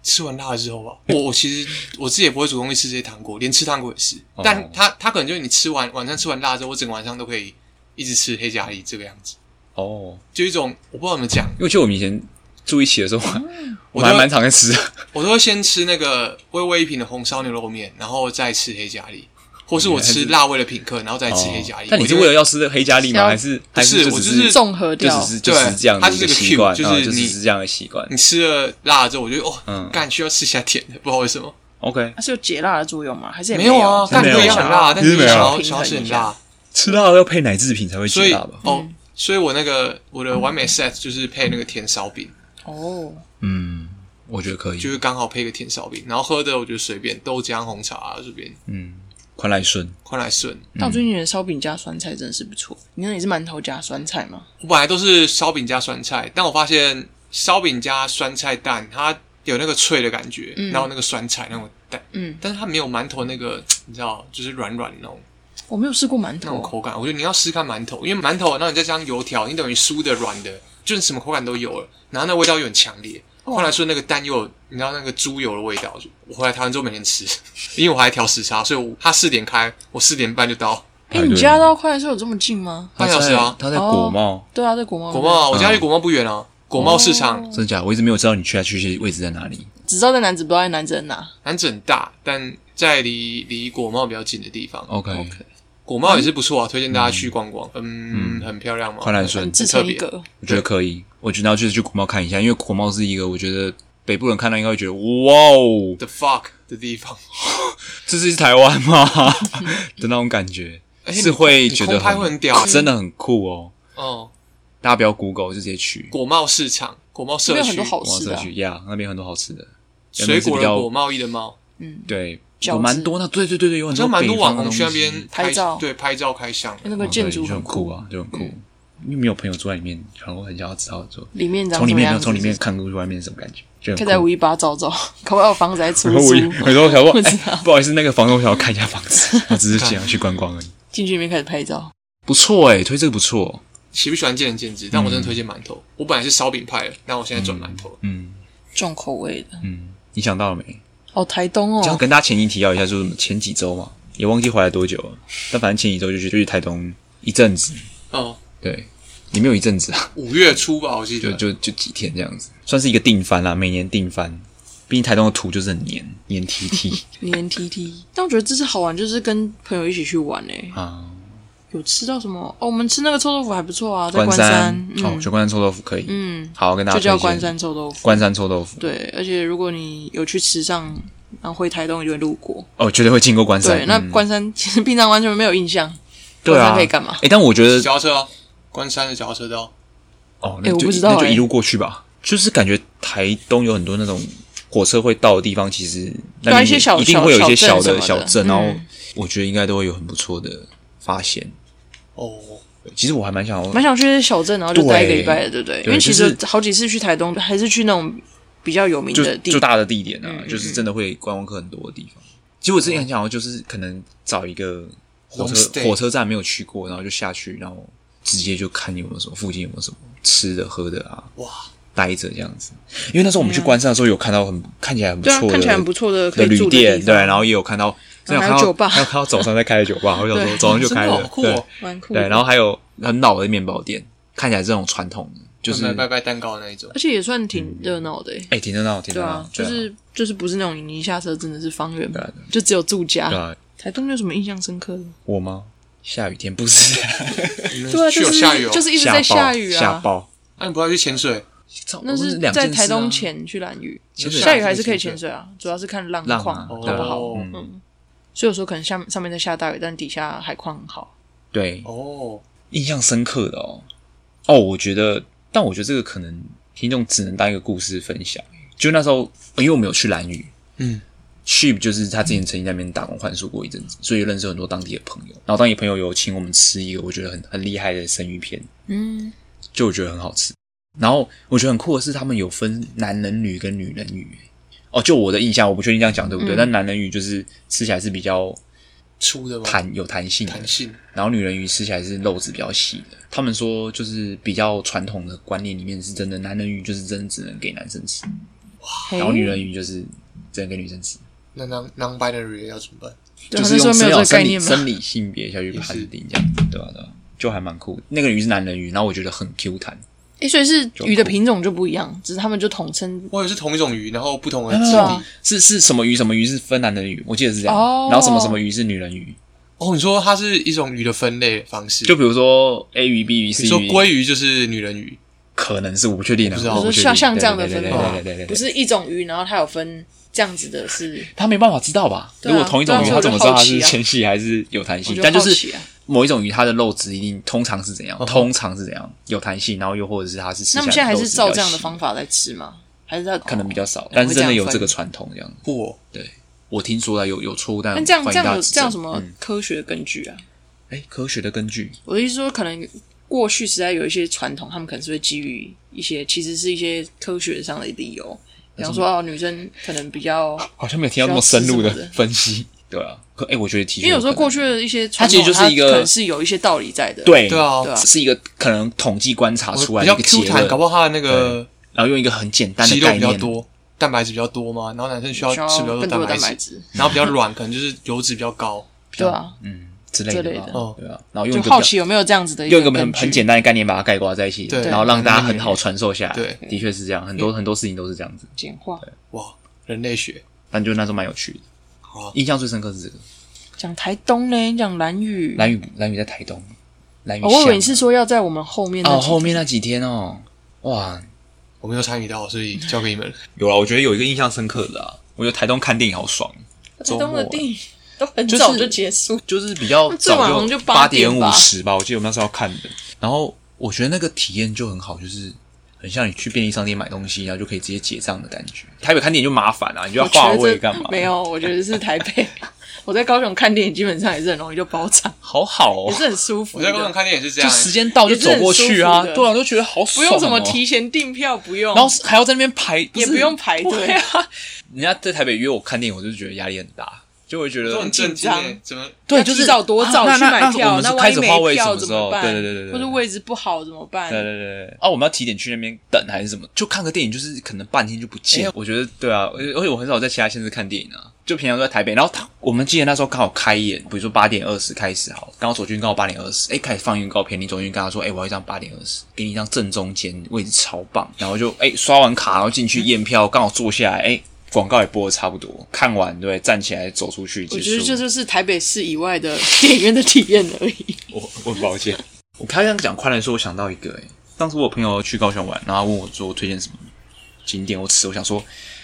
吃完辣了之后吧。我我其实我自己也不会主动去吃这些糖果，连吃糖果也是
哦。
但它它可能就是你吃完晚上吃完辣之后，我整个晚上都可以一直吃黑加力这个样子，
哦，
就一种我不知道怎么讲，
因为就我们以前住一起的时候，我
嗯我
还
都
蛮常在吃的。
我都会先吃那个微微一品的红烧牛肉面，然后再吃黑咖喱，或是我吃辣味的品客，然后再吃黑咖喱。
哦但你
我
是
就
为
会
了要吃黑加力吗？
要
还是还
不是
就
我
只
就是
是
综合
就
掉，
只是就只
对
是这样
它
的
就
一
是个
习惯，
cue，就
啊
是
就只
你嗯
是这样的习惯
你。吃了辣之后，我就哦，
嗯
干需要吃一下甜的，不知道为什么。
OK，
它是有解辣的作用吗？还是也
没
有
啊，
没
干
有
不一样很辣，但是
没
你
有
想要
平衡
想要吃
一
很
下嗯
辣，
吃辣要配奶制品才会
所
解
以
辣吧？
哦，所以我那个我的完美 set 就是配那个甜烧饼，
哦，
嗯，我觉得可以。
就是刚好配一个甜烧饼，然后喝的我觉得随便豆浆、红茶啊随便，
嗯，宽来顺
快来顺。
嗯
但我最近觉得烧饼加酸菜真的是不错。你那你是馒头加酸菜吗？
我本来都是烧饼加酸菜，但我发现烧饼加酸菜蛋，它有那个脆的感觉，然后那个酸菜那种蛋，
嗯，
但是它没有馒头那个，你知道，就是软软的那种
我没有试过馒
那种
头，哦
口感。我觉得你要试看馒头，因为馒头，然后你再加上油条，你等于酥的、软的，就是什么口感都有了，然后那味道又很强烈。
哦
后来说那个蛋又有，你知道那个猪油的味道。我回来台湾之后每天吃， 因为我还调时差，所以我他四点开，我四点半就到。
哎，你家到快速有这么近吗？
半小时啊
他在国贸，
对啊，在国贸那
国
边，
贸，我家离国贸不远啊，国贸市场
哦
真假？我一直没有知道你去来去去位置在哪里。
只知道在南子，不知道在南子在哪。
南子很大，但在离离国贸比较近的地方，
哦
OK，
国贸也是不错
嗯
啊，推荐大家去逛逛。嗯，很漂亮嘛，
宽来顺
很
自
特
成一
别。
格，
我觉得可以。我觉得要去去国贸看一下，因为国贸是一个我觉得北部人看到应该会觉得哇哦，
The fuck 的地方，
这是台湾吗 的那种感觉，
而且你
是会觉
你
得
空拍会很屌欸
真的很酷哦。
哦，
大家不要 Google 就直接去
国贸市场、国贸
这
社
边有很
区
多、好
往
吃
社
的啊，
区呀，那边有很多好吃的，
水果
比
的
较
果、贸易的贸，
对，
饺
有
子
蛮多那对对对对，有很
好像
多
蛮多
北方
网
的
红去那
东西
边
拍照
对，拍照开箱。
那个
哦
建
对
筑
就很酷
酷，
啊，就很酷。
嗯
因为没有朋友住在里面，然后很想要知道说
里面长
从里
什
面
么
没
样
有
子
从里面看过去外面是什么感觉，就
可
很
以在
酷。
五一八找 找，搞不好有房子在出
然后
租
我，我说我想
不
说，
知
哎、不好意思，那个房东我想要看一下房 子，我只是想要去观光而 已。
进去里面开始拍照。
不错
欸
哎、推这个不错，
喜不喜欢见仁见智，但我真的推荐馒头。我本来是烧饼派的，但我现在转馒头了。
嗯
重口味的
嗯，你想到了没？
哦，台东
这样
哦，
跟大家前情提要一下，就是前几周嘛，也忘记回来多久了，但反正前几周就去就去台东一阵子，
哦，
对，也没有一阵子 啊，
五月初吧，我记
就
得。
就就几天这样子，算是一个定番啦，每年定番。毕竟台东的土就是很黏黏 T T
黏 T T。但我觉得这次好玩，就是跟朋友一起去玩诶，
啊，
有吃到什么？哦，我们吃那个臭豆腐还不错啊，在
关
关山，
哦，
嗯
学关山臭豆腐可以，
嗯，
好，跟大家
就叫
推荐
关山臭豆腐。
关山臭豆腐，
对，而且如果你有去池上，然后回台东，你就会路过。
哦，绝对会经过关山，
对，那
嗯
关山其实平常完全没有印象，
对
关
啊
山可以干嘛
哎、但我觉得
脚踏车啊，关山的脚踏车啊道。
哦，
诶
那
我
就、
不知道
那就
诶
一路过去吧。就是感觉台东有很多那种火车会到的地方，其实那
对啊
边
一些
也
小
一定会有一些
小
小
小镇什么的
小镇，
嗯
然后我觉得应该都会有很不错的发现。
哦，
其实我还蛮想要，
蛮想去那些小镇，然后就待一个
对
礼拜的，对不对？
对
因为
就
其
是
实好几次去台东，还是去那种比较有名
就
的地嗯
就
方。
大的地点啊，就是真的会观光客很多的地方。其实我之前很想要，就是可能找一个火
Long
车
stay
火车站没有去过，然后就下去，然后直接就看有没有什么附近有没有什么吃的喝的啊，
哇，
待着这样子。因为那时候我们去关山的时候，有看到很看起来很不
嗯对啊
错，的，
看起来很不错的，可
的
以
旅
住的
店，
地
对，
方，
然后也有看到，
然后
还有
还有
看到
酒吧
还有看到早上在开的酒吧，我想说
对
早上就开
真的
了
好，酷
对
哦，
蛮酷的。
对，然后还有很老的面包店，看起来这种传统的，就是
嗯
拜拜拜蛋糕的那一种。
而且也算挺热闹的欸，
哎，挺热闹，挺
对
热闹
啊，，就是就是不是那种你一下车真的是方圆
对啊对，
就只有住家
对。啊，
台东有什么印象深刻的？
我吗？ 下雨天不是
你们
对啊，
去
就
有
是
下雨哦。
就是一直
吓
在
爆
下雨
吓
啊。
爆，
那你不要去潜水？
那
我们
是
两
在
件
台
事啊
东前去蓝屿，
潜水
下雨还是可以潜水啊，主要是看浪
浪
况
啊
好
哦
不好。
嗯
嗯，所以有时候可能下上面在下大雨，但底下海况很好。
对，
哦，
印象深刻的哦。哦，我觉得，但我觉得这个可能听众只能当一个故事分享。就那时候，因为我们有去兰屿，
嗯
，Sheep 就是他之前曾经在那边打工换宿过一阵子，所以认识很多当地的朋友。然后当地朋友有请我们吃一个我觉得很很厉害的生鱼片，
嗯，
就我觉得很好吃。然后我觉得很酷的是，他们有分男人鱼跟女人鱼。哦，就我的印象，我不确定这样讲对不对，
嗯
但男人鱼就是吃起来是比较
粗的吗？
弹有弹性的，
弹性。
然后女人鱼吃起来是肉质比较细的。他们说就是比较传统的观念里面是真的，男人鱼就是真的只能给男生吃，
然
然后女人鱼就是只能给女生吃，
那 non non binary 要怎么办？
对，
就
他
是
那时
用
候没
生理
有这个概
生理
念嘛。
生理性别下去判定这样子，对吧、对吧、就还蛮酷。那个鱼是男人鱼，然后我觉得很 Q 弹，
诶，所以是
就
鱼的
酷
品种就不一样，只是他们就统称
或者是同一种鱼，然后不同的质
对
地
啊。
是是什么鱼？什么鱼是芬兰的鱼？我记得是这样。
哦
然后什么什么鱼是女人鱼？
哦，你说它是一种鱼的分类方式，
就比如说 A 鱼、B 鱼、C
比如说
鱼，
鲑鱼就是女人鱼，
可能是我不确定的，
不知道
我
就
哦不
是
确
像
定
像
对
这
对
样的分
对对
法
对对对，对
不是一种鱼，然后它有分这样子的是，
他没办法知道吧？
对啊
如果同一种鱼，
对啊
他怎么知道它
我就好
是
奇啊
纤细还是有弹
我
性
就？
但就
好奇
是
啊
某一种鱼，它的肉质一定通常是怎样？
嗯哼
通常是怎样？有弹性，然后又或者是它是吃起
那
来
我们现在还是照这样
肉质比较
的
细
方法在吃吗？还是它
可能比较少
哦，
但是真的有
会
这
这
个
样分
传统这样。
或
我听说了有有错误，但
那这样
欢
这
迎大
样
家
有
指
这样
正
有什么
嗯
科学根据啊？
哎、科学的根据
我的意思说，可能过去时代有一些传统，他们可能是会基于一些其实是一些科学上的理由，比方说哦，女生可能比较，
好像没有听到那么深入的
需要吃什么的
分析。对啊，可哎、我觉得的确
因为有时候
可能
过去的一些传统，
它其实就是一个
可能是有一些道理在的。
对
对啊
对啊
是一个可能统计观察出
我
来
比
的一个结
较 Q 弹，
论，
搞不好它的那个
然后用一个很简单
肌
的
肉
概
比较
念，
多，蛋白质比较多嘛，然后男生需要
需要
吃比较
更多
蛋
的
白
蛋白
质，
质，
然后比较软，可能就是油脂比较高。
对啊，
嗯之类
之
的
类
吧
的，
哦
对啊，然后用
就
一个
好
比较
奇有没有这样子的一
用一个
根
很
据
很简单的概念把它概括在一起，
对
然后让大家很好传授下来，
对
的确是这样，很多很多事情都是这样子，
简化，
哇，人类学
但就那时候蛮有趣的。
好啊
印象最深刻是这个，
讲台东呢，讲蓝雨，
蓝宇蓝宇在台东，蓝宇
哦，我以
乡
为你是说要在我们后面那
哦
几
后面那几天哦，哇，
我没有参与到，所以交给你们。
有了，我觉得有一个印象深刻的啊，我觉得台东看电影好爽，
台东的
周末啊
电影都很
就是
早就结束，
就是比较
最晚好
早
像就
八
8
点
点
五
吧
十吧，我记得我们那时候要看的。然后我觉得那个体验就很好，就是很像你去便利商店买东西，然后就可以直接结账的感觉。台北看电影就麻烦啊了、你就要
我觉
划
得
位干嘛？
没，有，我觉得是 台北。我在高雄看电影，基本上也是很容易就包场，
好好哦
也，是很舒服
我
的。
在高中看电影也是这
就
样，
时间到就走过去啊，
也是很舒服的
对啊，我就觉得好
不
爽、哦，
用什么，提前订票，不用。
然后还要在那边排，不
也
是
不用排队
对啊。人家在台北约我看电影，我就觉得压力很大，就会觉
我都
得
很震惊
紧
耶
张，啊
怎么
对，
要
就
提
是
早多早
啊
去买
那那那我
票，
们是
那
开
万一
始
没
花位什
票
么
怎
时候？
么办？
对对对对对，
或者位置不好怎么办？
对对对对，啊，我们要提点去那边等还是什么？就看个电影，就是可能半天就不见。
哎
我觉得对啊，而且而且我很少在其他县市看电影啊，就平常都在台北。然后他，我们记得那时候刚好开演，比如说八点二十开始好，刚好左军刚好八点二十，哎，开始放预告片，李左军跟他说，哎，我要一张八点二十，给你一张正中间，位置超棒。然后就哎刷完卡，然后进去验票，刚好坐下来，哎。广告也播的差不多，看完对，站起来走出去，
我
结束。
觉得这就是台北市以外的 电影院的体验而已。
我我很抱歉。 我开刚讲快乐的时候，我想到一个、欸，当时我朋友去高雄玩，然后问我说推荐什么景点，我吃，我想说，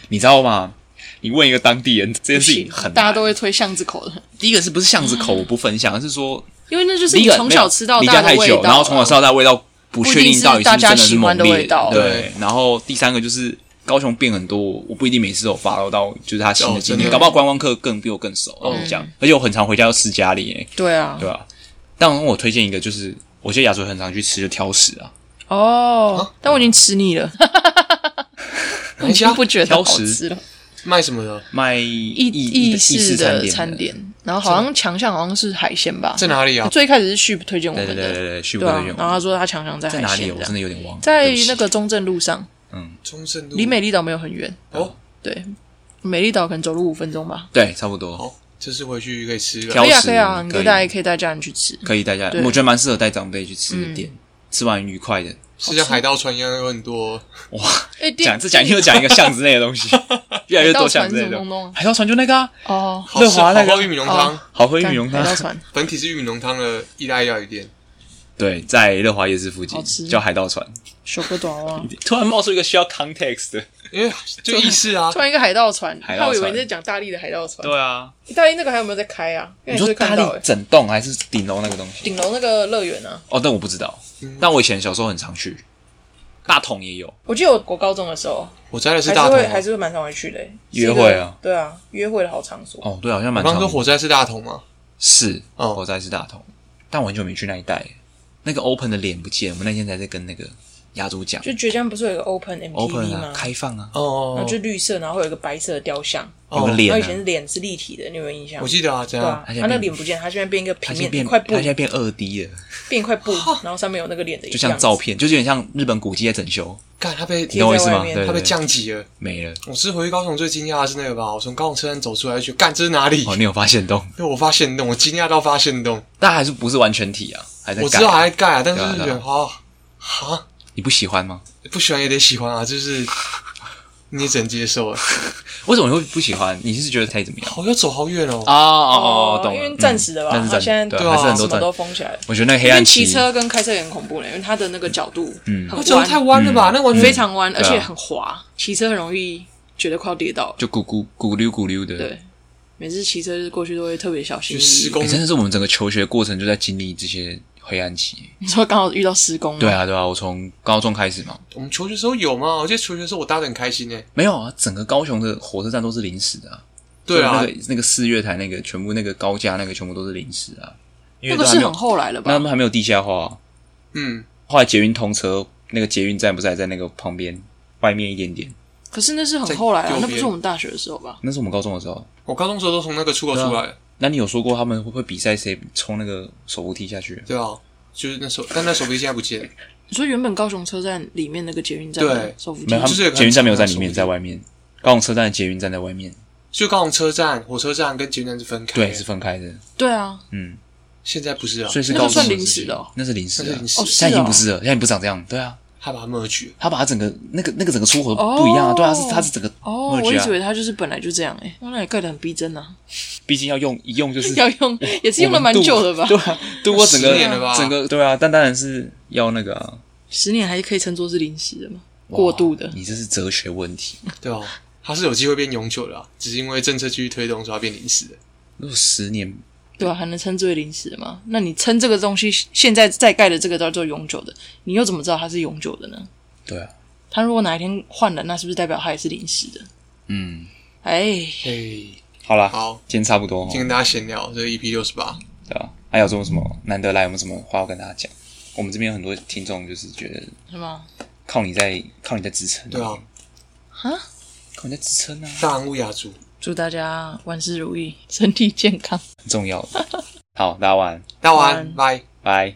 你知道吗？你问一个当地人这件事情很难
大家都会推巷子口的，
第一个是不是巷子口我不分享，而是说
因为那就是
第一
你
个
从小吃到
离
大
家
的
太
味
久，
道，啊
然后从小吃到大的味道不确定到底是不是真的是猛
不一定是大家
烈
喜欢的味道
对，然后第三个就是高雄变很多，我不一定每次都有发到，就是他新的景点，
哦真的
搞不好观光客更比我更熟，
嗯
然后这样，而且我很常回家要吃家里、欸，
对啊
对，吧、但我推荐一个，就是我记得亚洲很常去吃就挑食啊，
哦，但我已经吃腻了，我已经不觉得
啊挑
好
食
吃了。
卖什么的？
卖意
意
意
式
餐
的
点
餐，点，然后好像强项好像是海鲜吧？
在哪里啊？
最开始是旭推荐我
对
们
对
的，
对对对，旭
对
哥
啊
推荐。
然后他说他强项在
在
海
哪里
鲜
啊？我真
这样，
的有点忘了，
在
对不起嗯
那个中正路上，
中正路
离美丽岛没有很远，
哦，
对，美丽岛可能走路五分钟吧。
对，差不多
好，这次回去可以吃
挑
个
可以啊，
食
可以啊，你
可以
可以带可以带家人去吃，
可以带家，
对嗯
我觉得蛮适合带长辈去吃的店，吃完愉快的。
是像海盗船一样有很多
哇，
哎，
讲这
这
讲又讲一个巷子内的东 西，越来越多巷子内
海盗船是什
的
么东东啊。
海盗船就那个啊，
哦，
好吃
乐华那
好
个
喝玉米浓汤，
好喝玉
干
米浓汤
海，盗船，
本体是玉米浓汤的意大利料理店，
对，在乐华夜市附
好吃
近叫海盗船。
小哥短哦袜，
突然冒出一个需要 context 的，
因为就意式啊
突，然一个海盗船，
海盗船
我以为你在讲大力的海盗船，
对啊，
大力那个还有没有在开啊？
你
因为是
说
会
大
看
力
到哎，
整栋还是顶楼那个东西？
顶楼那个乐园啊，
哦，但我不知道。
嗯
但我以前小时候很常去，大同也有
我记得我国高中的时候，
我摘的是
还
大
是
同
会
啊
还。是会蛮常会去的、欸，
约
是一个
会啊，
对啊，约会的好场所。
哦，对，好像
我
蛮
刚
常
刚说火灾是大同吗？
是
哦
火灾是大同，但我很久没去那一带。那个 Open 的脸不见，我们那天才在跟那个牙主讲
就倔江不是有一个 Open MTV
Open
吗
啊，？开放啊，
然
哦
后，就绿色，然后会有一个白色的雕像，
有个
然后
脸
以前是
啊，
脸是立体的，你有没有印象？
我记得啊，这
对啊
样，
它
他
现在
那个
变
脸不见，他现在变一个
它现
平
在
面
变，
一块
它
布，
现在变二 D 了，
变一块布，然后上面有那个脸的，
就像照，片，就是有点像日本古迹在整修，
看他被
你懂我意思吗？
贴在外面
对对，
他被
对
降级了。
没了。
我是回高雄最惊讶的是那个吧，我从高雄车站走出来就觉得，干这是哪里？
哦，你有发现 动？
因为我发现洞，我惊讶到发现洞。
但还是不是完全体啊？还在
我
改
知道还在盖啊，但是
对啊
就觉
对啊
得啊啊，
你不喜欢吗？
不喜欢也得喜欢啊，就是你也只能接受啊。
为什么你会不喜欢？你是觉得太怎么样？
好，要走好远哦。
哦哦哦，懂了。
因为暂时的吧，
嗯那是
他
暂
现在
对
啊
还是很
什
多
么
暂
都封起来了。
我觉得那个黑
因为
暗
骑
期
车跟开车也很恐怖嘞，因为它的那个角度
嗯
很
我走得
弯，
哦太弯了吧？那完全
非常弯，
对
而
啊
且很滑，骑车很容易觉得快要跌倒了。
就咕咕咕溜咕溜的，
对，每次骑车过去都会特别小心
就
翼
施
翼。
工
欸，真的是我们整个求学过程就在经历这些黑暗期。
你说刚好遇到施工吗，
对啊，对啊，我从高中开始嘛，
我们求学的时候有吗？我记得求学的时候我搭的很开心诶。
没有啊，整个高雄的火车站都是临时的、啊。
对啊
那，个那个四月台那个全部那个高架那个全部都是临时啊，因为
那个
都还
是
没有
很后来了
那他
吧？
们还没有地下化啊、
嗯，
后来捷运通车，那个捷运站不是还在那个旁边外面一点点？
可是那是很后来
在
了，
右
那
边
不是我们大学的时候吧？
那是我们高中的时候。
我高中时候都从那个出口出来，
那你有说过他们会不会比赛谁冲那个手扶梯下去？
对啊，就是那时候，但那手机现在不见了。
你说原本高雄车站里面那个捷运站
对
的手扶梯
没有，他
就是有
们
个
捷运站没有在里
手扶
面，
梯
在外面。高雄车站的捷运站在外面，
就高雄车站、火车站跟捷运站是分开的，
对，是分开的。
对啊，
嗯，
现在不是啊，
所以是
那
高中
个算
的
临时的哦
那是临时
那
的
是临时
哦，
现在已
是
经
哦
不是了，现在不长这样。对啊，
他把它 merge 了。
他把他整个那个那个整个出口不一样啊。
哦
对啊，是他是整个
哦，
merge
我一
啊
直以为它就是本来就这样诶，哇那也盖得很逼真 啊，
毕竟要用一用就是
要用也是用了蛮久的吧
对？啊，度过整个
十年了吧
整个对啊，但当然是要那个、啊、
十年还可以称作是临时的吗？
哇
过度的
你这是哲学问题。
对啊，它是有机会变永久的啊，只是因为政策继续推动，所以它变临时的。
如果十年，
对啊吧、还能称之为临时的吗？那你称这个东西现在在盖的这个叫做永久的，你又怎么知道它是永久的呢？
对啊，
它如果哪一天换了，那是不是代表它也是临时的？
嗯，
哎，
嘿，
好啦，
好，
今天差不多
今
哈
天，跟大家闲聊，这是 EP 六十八，
对啊，还有做什么难得来，有没有什么话要跟大家讲？我们这边有很多听众就是觉得
是吗？
靠你在靠你在支撑，
对啊，
哈，
靠你在支撑啊，
大安乌雅族。
祝大家万事如意，身体健康。
很重要的。好，大家晚安，
大
晚
晚
安
安，拜。
拜。